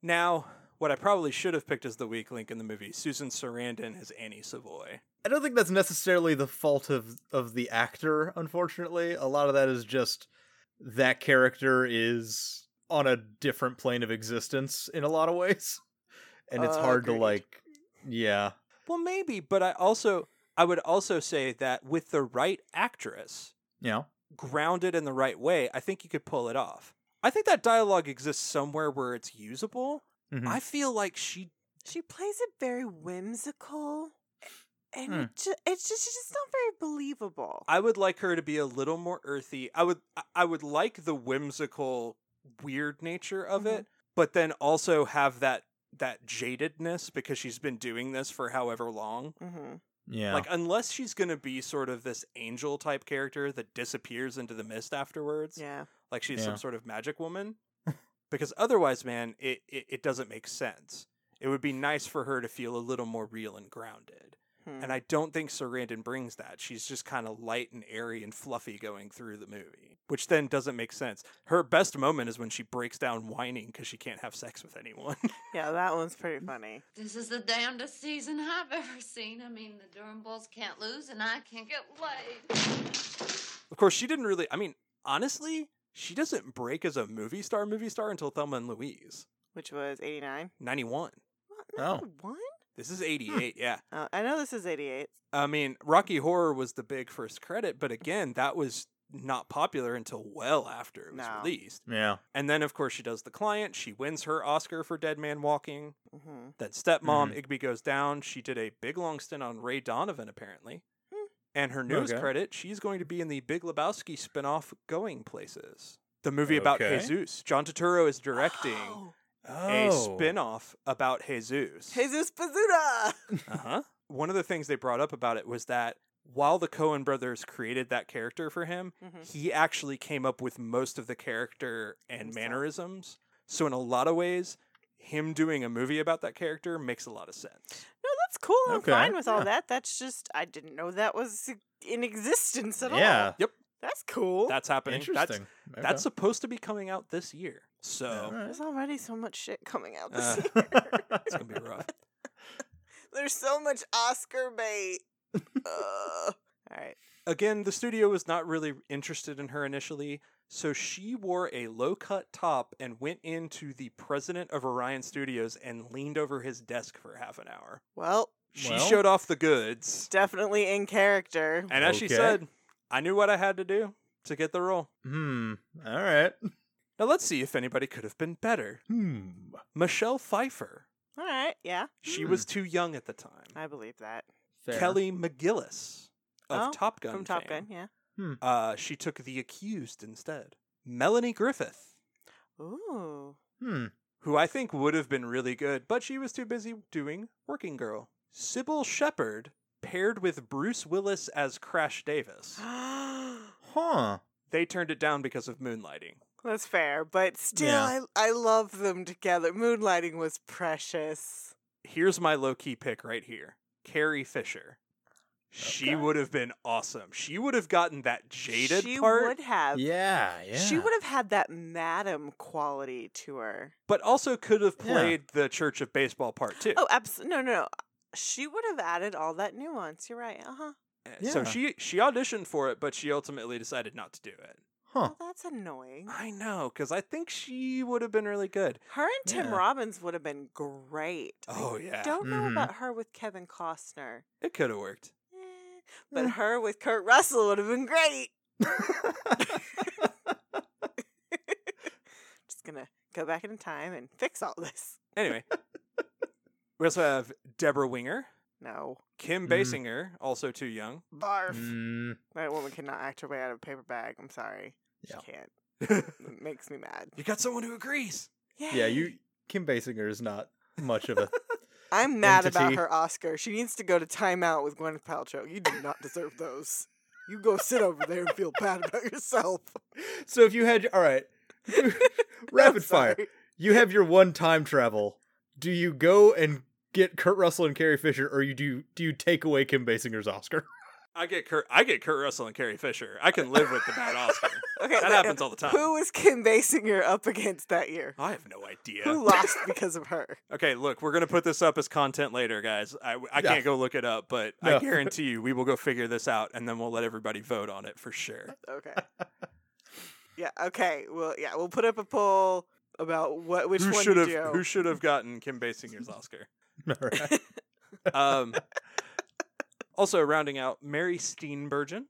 S1: Now, what I probably should have picked as the weak link in the movie, Susan Sarandon as Annie Savoy.
S3: I don't think that's necessarily the fault of of the actor, unfortunately. A lot of that is just that character is on a different plane of existence in a lot of ways. And
S1: Uh,
S3: it's hard to
S2: Agreed.
S3: like yeah.
S1: Well, maybe, but I also I would also say that with the right actress,
S3: Yeah.
S1: grounded in the right way, I think you could pull it off. I think that dialogue exists somewhere where it's usable.
S3: Mhm.
S1: I feel like she
S2: She plays it very whimsical, and
S3: Hmm.
S2: it ju- it's just it's just not very believable.
S1: I would like her to be a little more earthy. I would I- I would like the whimsical weird nature of
S2: Mhm.
S1: it, but then also have that that jadedness because she's been doing this for however long.
S2: mm-hmm.
S3: Yeah.
S1: Like unless she's going to be sort of this angel type character that disappears into the mist afterwards,
S2: Yeah.
S1: like she's
S3: Yeah.
S1: some sort of magic woman, because otherwise, man, it, it it doesn't make sense. It would be nice for her to feel a little more real and grounded.
S2: Hmm.
S1: And I don't think Sarandon brings that. She's just kind of light and airy and fluffy going through the movie, which then doesn't make sense. Her best moment is when she breaks down whining because she can't have sex with anyone.
S2: Yeah, that one's pretty funny.
S7: This is the damnedest season I've ever seen. I mean, the Durham Bulls can't lose, and I can't get laid.
S1: of course, she didn't really, I mean, honestly, she doesn't break as a movie star, movie star until Thelma and Louise,
S2: Which was 89.
S1: 91.
S3: Oh.
S2: What?
S1: This is 88, yeah.
S2: Oh, I know this is 88.
S1: I mean, Rocky Horror was the big first credit, but again, that was not popular until well after it was
S2: No.
S1: released.
S3: yeah.
S1: And then, of course, she does The Client. She wins her Oscar for Dead Man Walking.
S2: hmm
S1: Then stepmom Igby goes down. She did a big long stint on Ray Donovan apparently,
S2: Hmm.
S1: and her newest
S3: Okay.
S1: credit, she's going to be in the Big Lebowski spinoff Going Places, the movie about
S3: Okay. Oh,
S1: Jesus. John Turturro is directing
S2: Oh,
S1: a spinoff about Jesus.
S2: Jesus Pizzuta!
S1: uh huh. One of the things they brought up about it was that while the Cohen brothers created that character for him,
S2: Mhm.
S1: he actually came up with most of the character and
S2: Himself.
S1: mannerisms. So in a lot of ways, him doing a movie about that character makes a lot of sense.
S2: No, that's cool. I'm
S3: Okay,
S2: fine with all
S3: yeah.
S2: that. That's just I didn't know that was in existence at all.
S3: Yeah.
S2: that's cool.
S1: That's happening.
S3: Oh, Interesting.
S1: That's
S3: Okay.
S1: that's supposed to be coming out this year. So
S3: Alright.
S2: There's already so much shit coming out this
S1: Uh.
S2: year.
S1: it's gonna be rough.
S2: There's so much Oscar bait. Ugh. all right.
S1: Again, the studio was not really interested in her initially, so she wore a low cut top and went into the president of Orion Studios and leaned over his desk for half an hour.
S2: Well,
S1: She
S3: Well.
S1: showed off the goods,
S2: definitely in character.
S1: and as she
S3: Okay.
S1: said, "I knew what I had to do to get the role."
S3: Hmm. All right.
S1: Now let's see if anybody could have been better.
S3: Hmm.
S1: Michelle Pfeiffer.
S2: All right. Yeah,
S1: She was too young at the time.
S2: I believe that.
S3: Hmm. Fair.
S1: Kelly McGillis of
S2: Oh,
S1: Top Gun.
S2: From Top
S1: fame.
S2: Gun. Yeah.
S1: Uh, she took the accused instead. Melanie Griffith,
S2: Ooh.
S3: Hmm.
S1: who I think would have been really good, but she was too busy doing Working Girl. Sybil Shepherd paired with Bruce Willis as Crash Davis.
S3: Huh.
S1: They turned it down because of moonlighting.
S2: That's fair, but still,
S3: Yeah.
S2: I I love them together. Moonlighting was precious.
S1: Here's my low key pick right here Carrie Fisher. She
S3: Okay.
S1: would have been awesome. She would have gotten that jaded
S2: she
S1: part,
S2: would have.
S3: Yeah. Yeah.
S2: She would have had that madam quality to her.
S1: but also could have
S3: Yeah.
S1: played the Church of Baseball part too.
S2: Oh, absolutely. No, no, no. She would have added all that nuance. You're right. Uh huh.
S1: Eh, So
S3: Yeah.
S1: she she auditioned for it, but she ultimately decided not to do it.
S3: Huh.
S2: Well, Oh, that's annoying.
S1: I know, because I think she would have been really good.
S2: Her and Tim
S3: Yeah.
S2: Robbins would have been great.
S1: Oh yeah,
S2: Don't know
S3: Mhm.
S2: about her with Kevin Costner,
S1: it could have worked.
S2: Eh, but her with Kurt Russell would have been great. Just gonna go back in time and fix all this.
S1: Anyway, we also have Deborah Winger,
S2: No,
S1: Kim
S3: Mhm.
S1: Basinger, also too young.
S2: barf.
S3: Hmm.
S2: That woman cannot act her way out of a paper bag. I'm sorry,
S3: Yeah.
S2: she can't.
S1: you
S2: It makes me mad.
S1: got someone who agrees.
S3: Yeah. You. Kim Basinger is not much of a.
S2: I'm mad about
S3: entity.
S2: her Oscar. She needs to go to timeout with Gwyneth Paltrow. You do not deserve those. You go sit over there and feel bad about yourself.
S3: so if you had, all right,
S2: I'm
S3: rapid fire.
S2: sorry.
S3: You have your one time travel. Do you go and get Kurt Russell and Carrie Fisher, or you do do you take away Kim Basinger's Oscar?
S1: I get Kurt. I get Kurt Russell and Carrie Fisher. I can live with the bad Oscar.
S2: Okay,
S1: that
S2: but
S1: happens all the time.
S2: Who was Kim Basinger up against that year?
S1: I have no idea.
S2: Who lost because of her?
S1: Okay, look, we're gonna put this up as content later, guys. I, I
S3: Yeah.
S1: can't go look it up, but I
S3: No.
S1: guarantee you, we will go figure this out, and then we'll let everybody vote on it for sure.
S2: Okay. Yeah. Okay. Well. Yeah. We'll put up a poll about what which
S1: who
S2: one
S1: should
S2: you
S1: have
S2: do.
S1: Who should have gotten Kim Basinger's Oscar?
S3: All right.
S1: Um, also, rounding out Mary Steenburgen,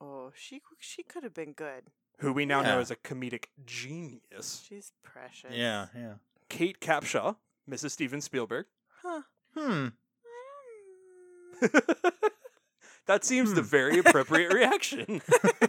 S2: oh, she she could have been good.
S1: who we now know
S3: Yeah.
S1: is a comedic genius.
S2: She's precious.
S3: yeah. Yeah.
S1: Kate Capshaw, Mrs. Steven Spielberg.
S2: Huh.
S3: Hmm.
S1: that seems the
S3: Hmm.
S1: very appropriate reaction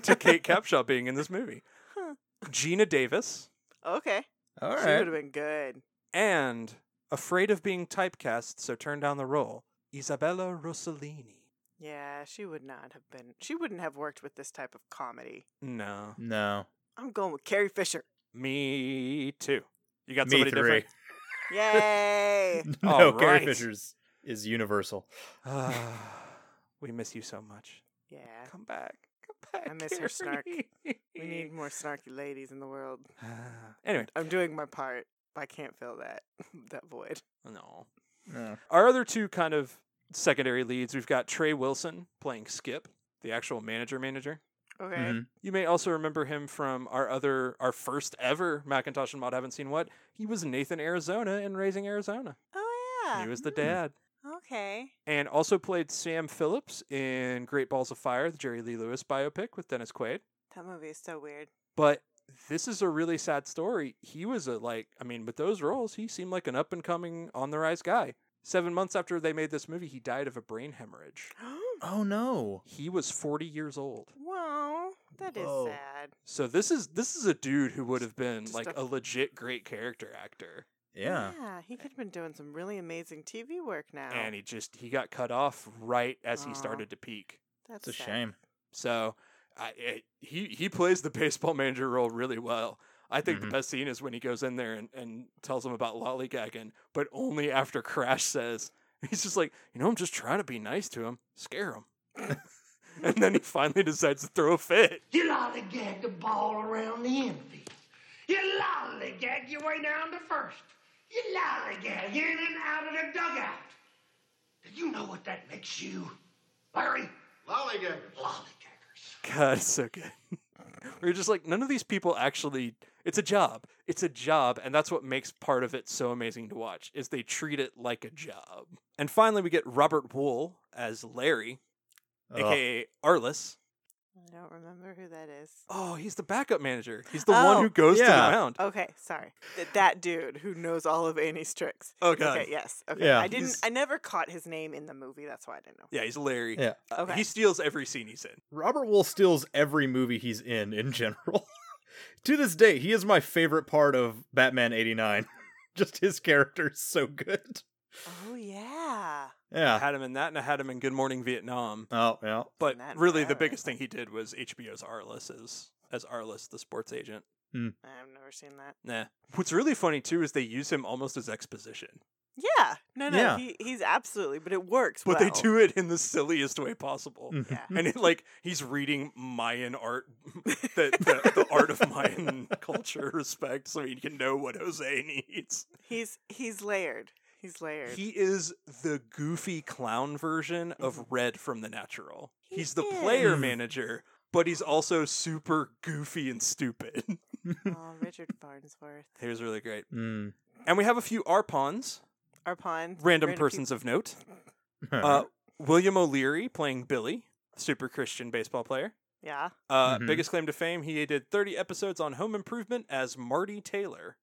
S1: to Kate Capshaw being in this movie.
S2: Huh.
S1: Gina Davis.
S2: Okay.
S3: All
S2: she would
S3: right.
S2: have been good.
S1: and afraid of being typecast, so turn down the role. Isabella Rossellini.
S2: Yeah, she would not have been. She wouldn't have worked with this type of comedy.
S1: No.
S3: No.
S2: I'm going with Carrie Fisher.
S1: Me too. You got
S3: Me
S1: somebody
S3: three.
S1: different?
S2: Yay!
S3: no,
S1: All
S3: Carrie
S1: right.
S3: Fisher's is universal.
S1: Ah, we miss you so much.
S2: yeah,
S1: Come back. Come back.
S2: I miss her snark.
S1: Carrie.
S2: we need more snarky ladies in the world.
S1: Ah, anyway,
S2: I'm doing my part. but I can't fill that that void.
S1: no.
S3: No.
S1: Our other two kind of secondary leads, we've got Trey Wilson playing Skip, the actual manager manager.
S2: Okay.
S3: Mhm.
S1: You may also remember him from our other, our first ever Macintosh and Mod Haven't Seen What. He was Nathan Arizona in Raising Arizona.
S2: Oh yeah.
S1: He was the
S3: Hmm.
S1: dad.
S2: okay.
S1: And also played Sam Phillips in Great Balls of Fire, the Jerry Lee Lewis biopic with Dennis Quaid.
S2: That movie is so weird.
S1: But this is a really sad story. He was a like, I mean, with those roles, he seemed like an up and coming, on the rise guy. Seven months after they made this movie, he died of a brain hemorrhage.
S3: Oh no.
S1: He was 40 years old.
S2: wow, that is
S3: Whoa.
S2: sad.
S1: So this is this is a dude who would have been
S2: Just
S1: like
S2: a-
S1: a legit great character actor,
S3: Yeah.
S2: he could have been doing some really amazing TV work now.
S1: and he just he got cut off right as
S2: Aw.
S1: he started to peak.
S2: That's
S3: It's a
S2: sad.
S3: shame.
S1: So I, it, he he plays the baseball manager role really well. I think
S3: Mhm.
S1: the best scene is when he goes in there and, and tells him about lollygagging, but only after Crash says he's just like, you know, I'm just trying to be nice to him, scare him, and then he finally decides to throw a fit.
S8: You lollygag the ball around the infield. You lollygag your way down to first. You lollygag in and out of the dugout. Do you know what that makes you, Larry?
S4: Lollygaggers.
S8: Lollygaggers.
S1: God, it's so good. We're just like none of these people actually. It's a job. It's a job, and that's what makes part of it so amazing to watch is they treat it like a job. And finally, we get Robert Wool as Larry,
S3: Ugh.
S1: aka Arliss.
S2: I don't remember who that is.
S1: Oh, he's the backup manager. He's the
S2: Oh,
S1: one who goes to
S3: yeah. Uh,
S1: the mound.
S2: Okay, sorry. Th- that dude who knows all of Annie's tricks.
S1: Oh, God.
S2: Okay, yes. Okay.
S3: Yeah.
S2: I didn't
S1: He's-
S2: I never caught his name in the movie, that's why I didn't know.
S1: Yeah, he's Larry.
S3: Yeah.
S1: Uh,
S2: Okay.
S1: He steals every scene he's in.
S3: Robert Wool steals every movie he's in in general. to this day, he is my favorite part of Batman 89. Just his character is so good.
S2: Oh yeah.
S1: I
S3: Yeah.
S1: had him in that, and I had him in Good Morning Vietnam.
S3: Oh, yeah.
S1: But
S2: that
S1: really, the
S2: forever.
S1: biggest thing he did was HBO's Arliss as, as Arliss, the sports agent.
S2: I've never seen that.
S1: Nah. What's really funny too is they use him almost as exposition,
S2: Yeah. No, no,
S3: Yeah.
S2: He, he's absolutely but it works.
S1: but they
S2: well.
S1: do it in the silliest way possible.
S3: Mhm.
S2: Yeah.
S1: And it, like he's reading Mayan art, the, the, the art of Mayan culture respect, so he can know what Jose needs.
S2: He's he's layered. He's layered.
S1: He is the goofy clown version of Red from The Natural.
S2: He
S1: he's the player
S3: is.
S1: manager, but he's also super goofy and stupid.
S2: oh, Richard Farnsworth.
S1: he was really great.
S3: Mm.
S1: And we have a few Arpons,
S2: Our pawn.
S1: random persons of note. Uh, William O'Leary playing Billy, super Christian baseball player.
S2: Yeah.
S1: Uh,
S3: Mhm.
S1: Biggest claim to fame, he did 30 episodes on Home Improvement as Marty Taylor.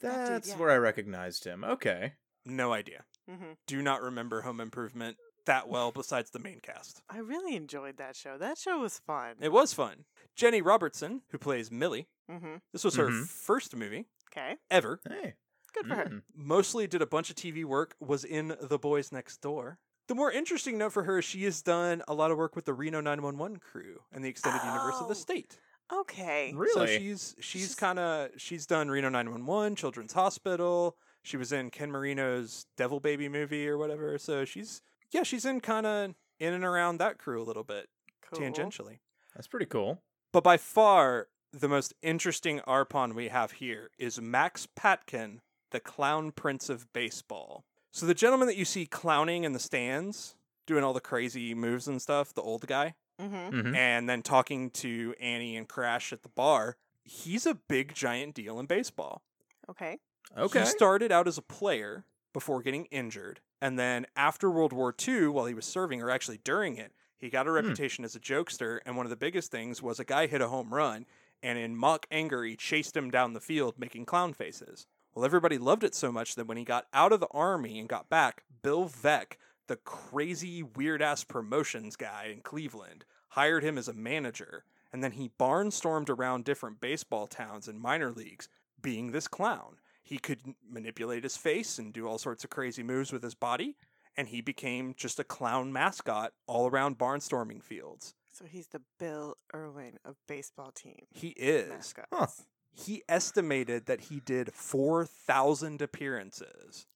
S3: That's
S2: yeah.
S3: where I recognized him. Okay.
S1: No idea.
S2: hmm
S1: Do not remember Home Improvement that well besides the main cast.
S2: I really enjoyed that show. That show was fun.
S1: It was fun. Jenny Robertson, who plays Millie,
S2: Mm-hmm.
S1: this was her
S3: Mhm.
S1: first movie
S2: Okay.
S1: ever.
S3: Hey.
S2: Good for her.
S3: Mm.
S1: Mostly did a bunch of TV work, was in The Boys Next Door. The more interesting note for her is she has done a lot of work with the Reno 911 crew and the extended universe of
S2: Oh.
S1: the state.
S2: Okay.
S3: Really?
S1: So she's she's
S2: She's-
S1: kind of she's done Reno 911, Children's Hospital. She was in Ken Marino's Devil Baby movie or whatever. So she's yeah, she's in kind of in and around that crew a little bit
S2: Cool.
S1: tangentially.
S3: That's pretty cool.
S1: But by far the most interesting Arpon we have here is Max Patkin, the clown prince of baseball. So the gentleman that you see clowning in the stands, doing all the crazy moves and stuff, the old guy
S2: Mm-hmm.
S3: Mhm.
S1: and then talking to Annie and Crash at the bar, he's a big giant deal in baseball.
S2: Okay.
S3: Okay.
S1: He started out as a player before getting injured, and then after World War II, while he was serving, or actually during it, he got a reputation as a jokester. And one of the biggest things was a guy hit a home run, and in mock anger, he chased him down the field making clown faces. Well, everybody loved it so much that when he got out of the army and got back, Bill Veck, the crazy, weird ass promotions guy in Cleveland, hired him as a manager. And then he barnstormed around different baseball towns and minor leagues being this clown. He could n- manipulate his face and do all sorts of crazy moves with his body. and he became just a clown mascot all around barnstorming fields.
S2: So he's the Bill Irwin of baseball team
S1: He is.
S2: mascots.
S1: He estimated that he did 4,000 appearances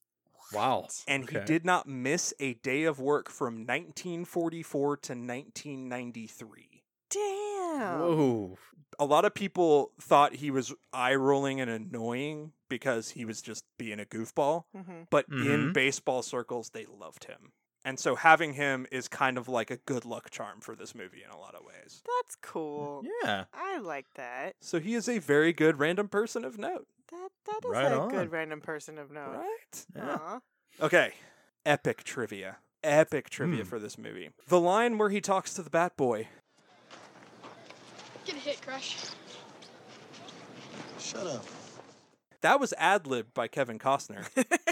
S3: Wow.
S1: and he
S3: Okay.
S1: did not miss a day of work from 1944 to 1993.
S2: Damn.
S3: Whoa.
S1: A lot of people thought he was eye rolling and annoying because he was just being a goofball.
S2: Mhm.
S1: but in
S3: Mhm.
S1: baseball circles they loved him and so having him is kind of like a good luck charm for this movie in a lot of ways
S2: That's cool.
S3: Yeah.
S2: I like that.
S1: so he is a very good random person of note
S2: That that is
S3: Right
S2: a
S3: on.
S2: good random person of note.
S1: right
S3: Yeah.
S2: Aw.
S1: okay epic trivia epic trivia
S3: Hmm.
S1: for this movie the line where he talks to the bat boy
S9: Get a hit, Crush.
S4: Shut up.
S1: that was ad-libbed by kevin costner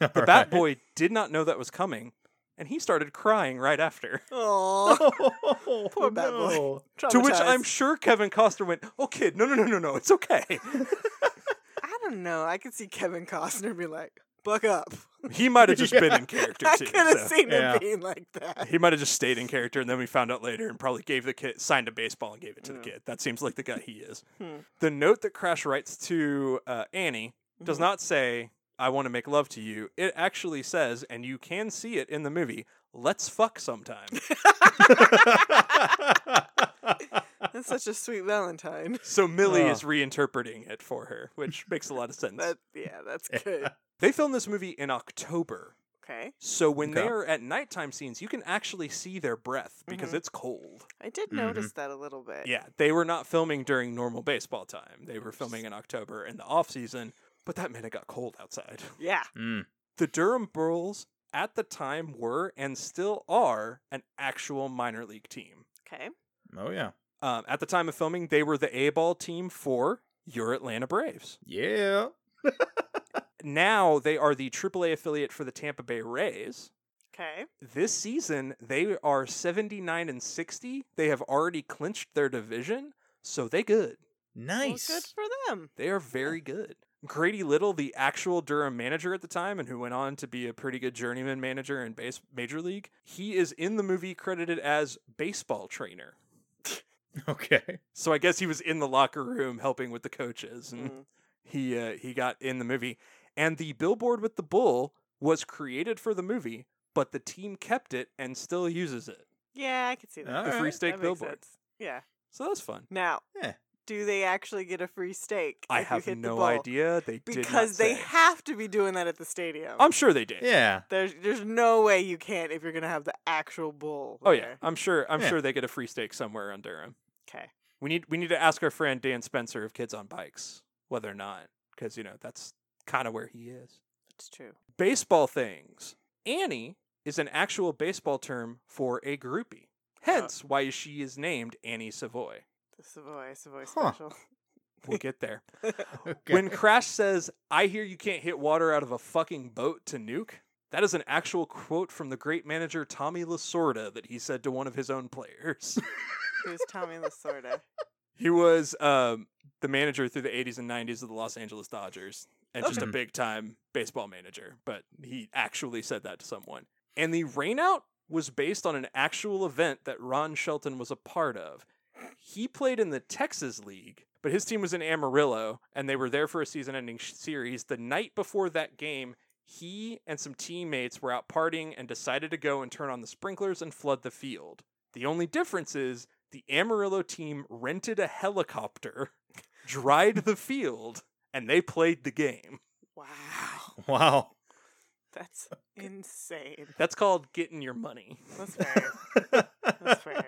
S3: The
S1: the bat boy did not know that was coming and he started crying right after
S2: Aw.
S3: Oh. Poor
S2: Bat Boy.
S1: to which
S2: Traumatized.
S1: i'm sure kevin costner went oh kid no no no no no it's okay
S2: I don't know. I could see Kevin Costner be like, "Buck up."
S1: he might have just been in character
S2: I
S1: too
S2: could have
S1: so.
S2: seen
S3: Yeah.
S2: him being like that.
S1: He might have just stayed in character, and then we found out later, and probably gave the kid signed a baseball and gave it to the
S2: Yeah.
S1: kid. That seems like the guy he is.
S2: Hmm.
S1: The note that Crash writes to uh, Annie does
S2: Mhm.
S1: not say "I want to make love to you." It actually says, and you can see it in the movie, "Let's fuck sometime."
S2: That's such a sweet Valentine.
S1: so Millie
S3: Oh.
S1: is reinterpreting it for her, which makes a lot of sense.
S2: That yeah, that's good.
S1: They filmed this movie in October.
S2: Okay,
S1: So when
S3: Okay.
S1: they are at nighttime scenes, you can actually see their breath because
S2: Mhm.
S1: it's cold.
S2: I did notice that a little bit.
S1: Mm-hmm. Yeah, they were not filming during normal baseball time. They were filming in October in the off season, but that meant it got cold outside.
S2: yeah.
S3: Mm.
S1: The Durham Bulls at the time were and still are an actual minor league team.
S2: Okay.
S3: Oh yeah.
S1: Um, at the time of filming, they were the A ball team for your Atlanta Braves.
S3: Yeah.
S1: Now they are the AAA affiliate for the Tampa Bay Rays.
S2: Okay.
S1: This season, they are 79 and 60. They have already clinched their division, so they good.
S2: Well,
S3: Nice.
S2: good for them.
S1: They are very good. Grady Little, the actual Durham manager at the time, and who went on to be a pretty good journeyman manager in base major league, he is in the movie credited as baseball trainer.
S3: Okay.
S1: So I guess he was in the locker room helping with the coaches, and
S2: Mm.
S1: he uh, he got in the movie. And the billboard with the bull was created for the movie, but the team kept it and still uses it.
S2: Yeah, I could see that.
S3: The free
S2: Alright,
S1: steak
S2: that makes
S1: billboard.
S2: sense. Yeah.
S1: So that's fun.
S2: Now,
S3: Yeah.
S2: do they actually get a free steak?
S1: I
S2: if you
S1: have
S2: hit the
S1: no
S2: ball?
S1: idea. They did not
S2: because they
S1: say.
S2: have to be doing that at the stadium.
S1: I'm sure they did.
S3: Yeah.
S2: there's there's no way you can't if you're gonna have the actual bull.
S1: Oh yeah, I'm sure. I'm
S3: Yeah.
S1: sure they get a free steak somewhere on Durham.
S2: Okay.
S1: We need we need to ask our friend Dan Spencer of Kids on Bikes whether or not because you know that's kind of where he is.
S2: It's true.
S1: Baseball things. Annie is an actual baseball term for a groupie. Hence why she is named Annie Savoy.
S2: The Savoy Savoy
S3: Huh.
S2: special.
S1: We'll get there.
S3: Okay.
S1: When Crash says, "I hear you can't hit water out of a fucking boat to nuke," that is an actual quote from the great manager Tommy Lasorda that he said to one of his own players.
S2: Who's Tommy Lasorda?
S1: He was um, the manager through the 80s and 90s of the Los Angeles Dodgers and just a
S3: Okay.
S1: big time baseball manager, but he actually said that to someone. And the rainout was based on an actual event that Ron Shelton was a part of. He played in the Texas League, but his team was in Amarillo and they were there for a season ending series. The night before that game, he and some teammates were out partying and decided to go and turn on the sprinklers and flood the field. The only difference is the Amarillo team rented a helicopter, dried the field, and they played the game.
S2: Wow,
S3: Wow.
S2: that's insane.
S1: That's called getting your money.
S2: That's fair. That's fair.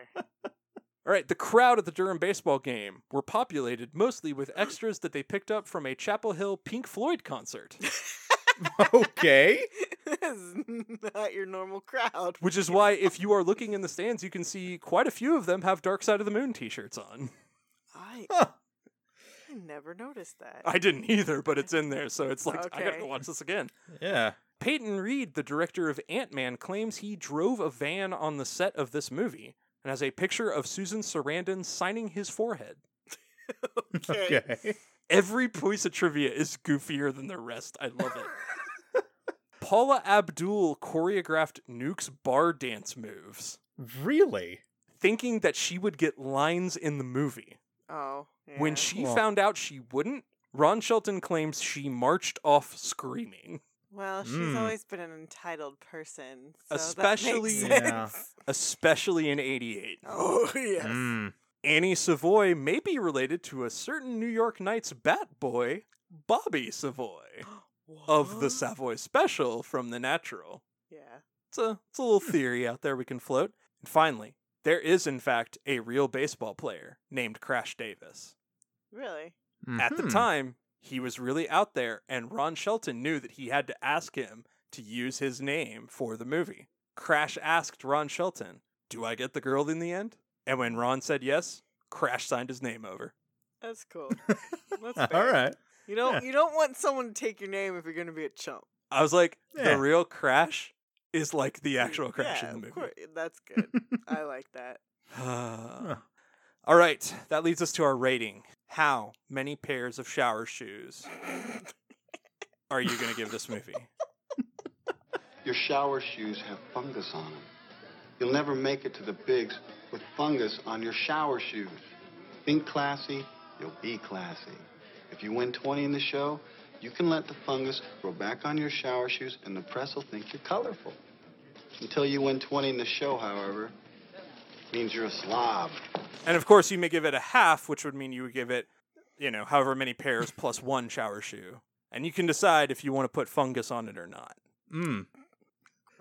S1: All right, the crowd at the Durham baseball game were populated mostly with extras that they picked up from a Chapel Hill Pink Floyd concert,
S3: okay.
S2: this is not your normal crowd.
S1: which is why if you are looking in the stands, you can see quite a few of them have Dark Side of the Moon t-shirts on.
S2: I,
S3: Huh.
S2: I never noticed that.
S1: I didn't either, but it's in there, so it's like I got to
S2: Okay.
S1: go watch this again.
S3: Yeah.
S1: Peyton Reed, the director of Ant Man, claims he drove a van on the set of this movie and has a picture of Susan Sarandon signing his forehead.
S2: okay.
S3: Okay.
S1: Every piece of trivia is goofier than the rest. I love it. Paula Abdul choreographed Nuke's bar dance moves,
S3: Really?
S1: thinking that she would get lines in the movie.
S2: Oh. Yeah.
S1: When she
S3: Well-
S1: found out she wouldn't, Ron Shelton claims she marched off screaming,
S2: Well, she's
S3: Mm.
S2: always been an entitled person. So
S1: Especially-
S2: That makes
S3: Yeah.
S2: sense.
S1: especially in 88.
S2: Oh, yes.
S3: Mm.
S1: Annie Savoy may be related to a certain New York Knights bat boy, Bobby Savoy, of the
S2: What?
S1: Savoy special from The Natural.
S2: Yeah.
S1: It's a, it's a little theory out there we can float. And finally, there is, in fact, a real baseball player named Crash Davis.
S2: Really?
S1: At the
S3: Mhm.
S1: time, he was really out there, and Ron Shelton knew that he had to ask him to use his name for the movie. Crash asked Ron Shelton, Do I get the girl in the end? And when Ron said yes, Crash signed his name over.
S2: That's cool. That's
S3: All
S2: fair.
S3: right.
S2: You don't
S3: Yeah.
S2: you don't want someone to take your name if you're going to be a chump.
S1: I was like,
S3: Yeah.
S1: The real Crash is like the actual Crash
S2: yeah,
S1: in the
S2: Of
S1: movie.
S2: course. That's good. I like that.
S1: All right, that leads us to our rating. How many pairs of shower shoes are you going to give this movie?
S4: Your shower shoes have fungus on them. You'll never make it to the bigs with fungus on your shower shoes. Think classy, you'll be classy. If you win 20 in the show, you can let the fungus grow back on your shower shoes and the press will think you're colorful. Until you win 20 in the show, however, means you're a slob.
S1: And of course, you may give it a half, which would mean you would give it, you know, however many pairs plus one shower shoe. And you can decide if you want to put fungus on it or not.
S2: Gross.
S3: Mm.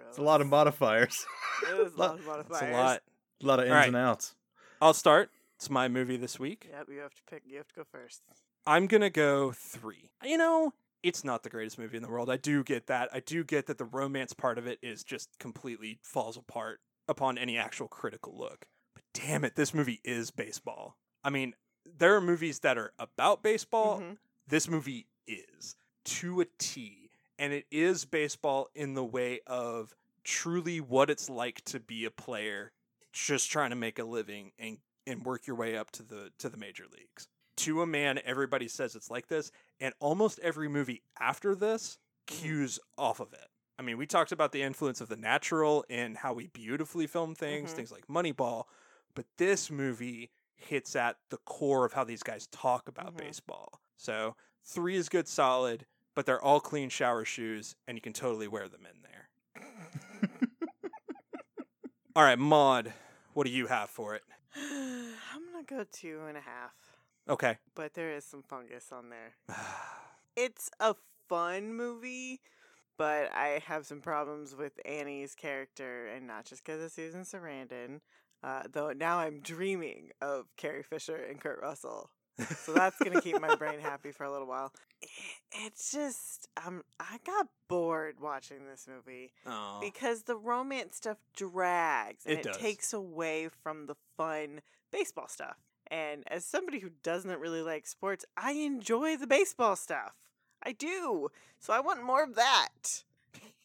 S3: It's a lot of modifiers.
S2: It is a lot of
S1: It's
S2: modifiers.
S1: a lot.
S3: a lot of ins
S1: All right.
S3: and outs.
S1: I'll start. It's my movie this week.
S2: Yep, you have to pick. You have to go first.
S1: I'm going to go three. You know, it's not the greatest movie in the world. I do get that. I do get that the romance part of it is just completely falls apart upon any actual critical look. But damn it, this movie is baseball. I mean, there are movies that are about baseball.
S2: Mhm.
S1: This movie is to a T. And it is baseball in the way of truly what it's like to be a player just trying to make a living and, and work your way up to the to the major leagues to a man, everybody says it's like this, and almost every movie after this cues off of it. I mean, we talked about the influence of the natural in how we beautifully film things,
S2: Mhm.
S1: things like Moneyball, but this movie hits at the core of how these guys talk about
S2: Mhm.
S1: baseball. So three is good, solid, but they're all clean shower shoes, and you can totally wear them in there. all right, Maud, what do you have for it?
S2: I'm gonna go two and a half,
S1: Okay.
S2: but there is some fungus on there. It's a fun movie, but I have some problems with Annie's character, and not just because of Susan Sarandon. Uh, though now I'm dreaming of Carrie Fisher and Kurt Russell, so that's gonna keep my brain happy for a little while. It's just um, I got bored watching this movie.
S1: Aw.
S2: because the romance stuff drags and
S1: Uh-huh. It
S2: it,
S1: does.
S2: takes away from the fun baseball stuff. And as somebody who doesn't really like sports, I enjoy the baseball stuff. I do. So I want more of that.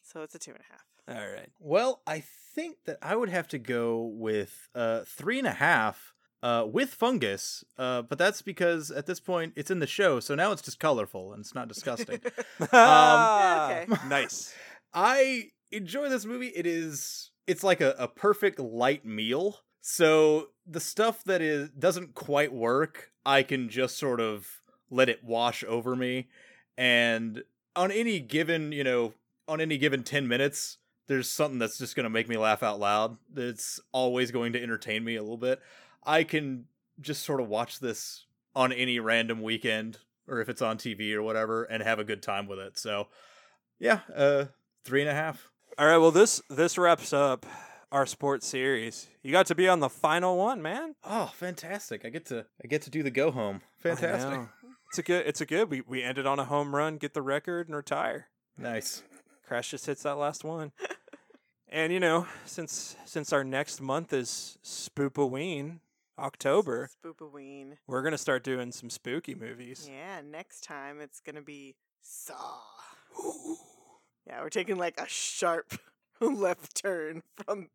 S2: So it's a two and a half.
S1: All right.
S3: Well, I think that I would have to go with uh, three and a half uh, with fungus, uh, but that's because at this point it's in the show, so now it's just colorful and it's not disgusting.
S2: Yeah, okay.
S1: Um, Nice.
S3: I enjoy this movie. It is it's like a, a perfect light meal. So the stuff that is doesn't quite work, I can just sort of let it wash over me. And on any given, you know, on any given 10 minutes, there's something that's just going to make me laugh out loud. That's always going to entertain me a little bit. I can just sort of watch this on any random weekend or if it's on TV or whatever and have a good time with it. So, yeah, uh, three and a half.
S1: All right. Well, this this wraps up our sports series. You got to be on the final one, man.
S3: Oh, fantastic! I get to I get to do the go home. Fantastic,
S1: I know. It's a good. It's a good. We we ended on a home run, get the record, and retire.
S3: nice.
S1: Crash just hits that last one. and you know, since since our next month is Spoopaween, October,
S2: Spoopaween.
S1: we're gonna start doing some spooky movies.
S2: Yeah, next time it's going to be Saw. Yeah, we're taking like a sharp left turn from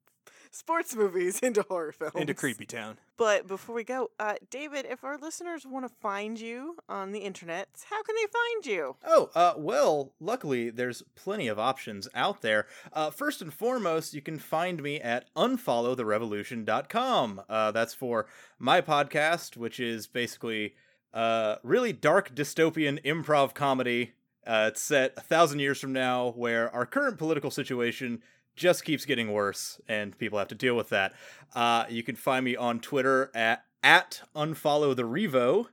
S2: sports movies into horror films.
S1: into Creepy Town.
S2: But before we go, uh, David, if our listeners want to find you on the internet, how can they find you?
S3: Oh, uh, well, luckily there's plenty of options out there. Uh, first and foremost, you can find me at unfollowtherevolution.com. Uh, that's for my podcast, which is basically uh, really dark dystopian improv comedy. Uh, it's set a thousand years from now, where our current political situation just keeps getting worse, and people have to deal with that. Uh, you can find me on Twitter at, at unfollow the revo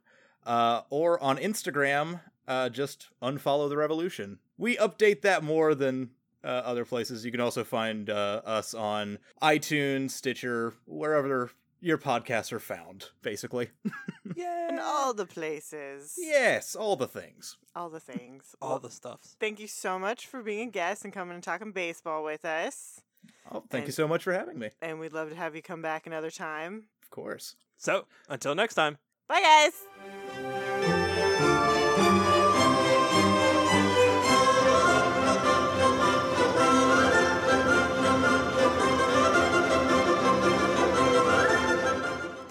S3: uh, or on Instagram, uh, just unfollow the revolution. We update that more than uh, other places. You can also find uh, us on iTunes, Stitcher, wherever your podcasts are found, basically.
S1: Uh,
S2: In all the places.
S3: yes, all the things.
S2: All the things.
S1: All the stuffs.
S2: Thank you so much for being a guest and coming and talking baseball with us.
S3: Oh, thank you
S2: And-
S3: so much for having me.
S2: And we'd love to have you come back another time.
S3: Of course.
S1: So until next time.
S2: Bye, guys.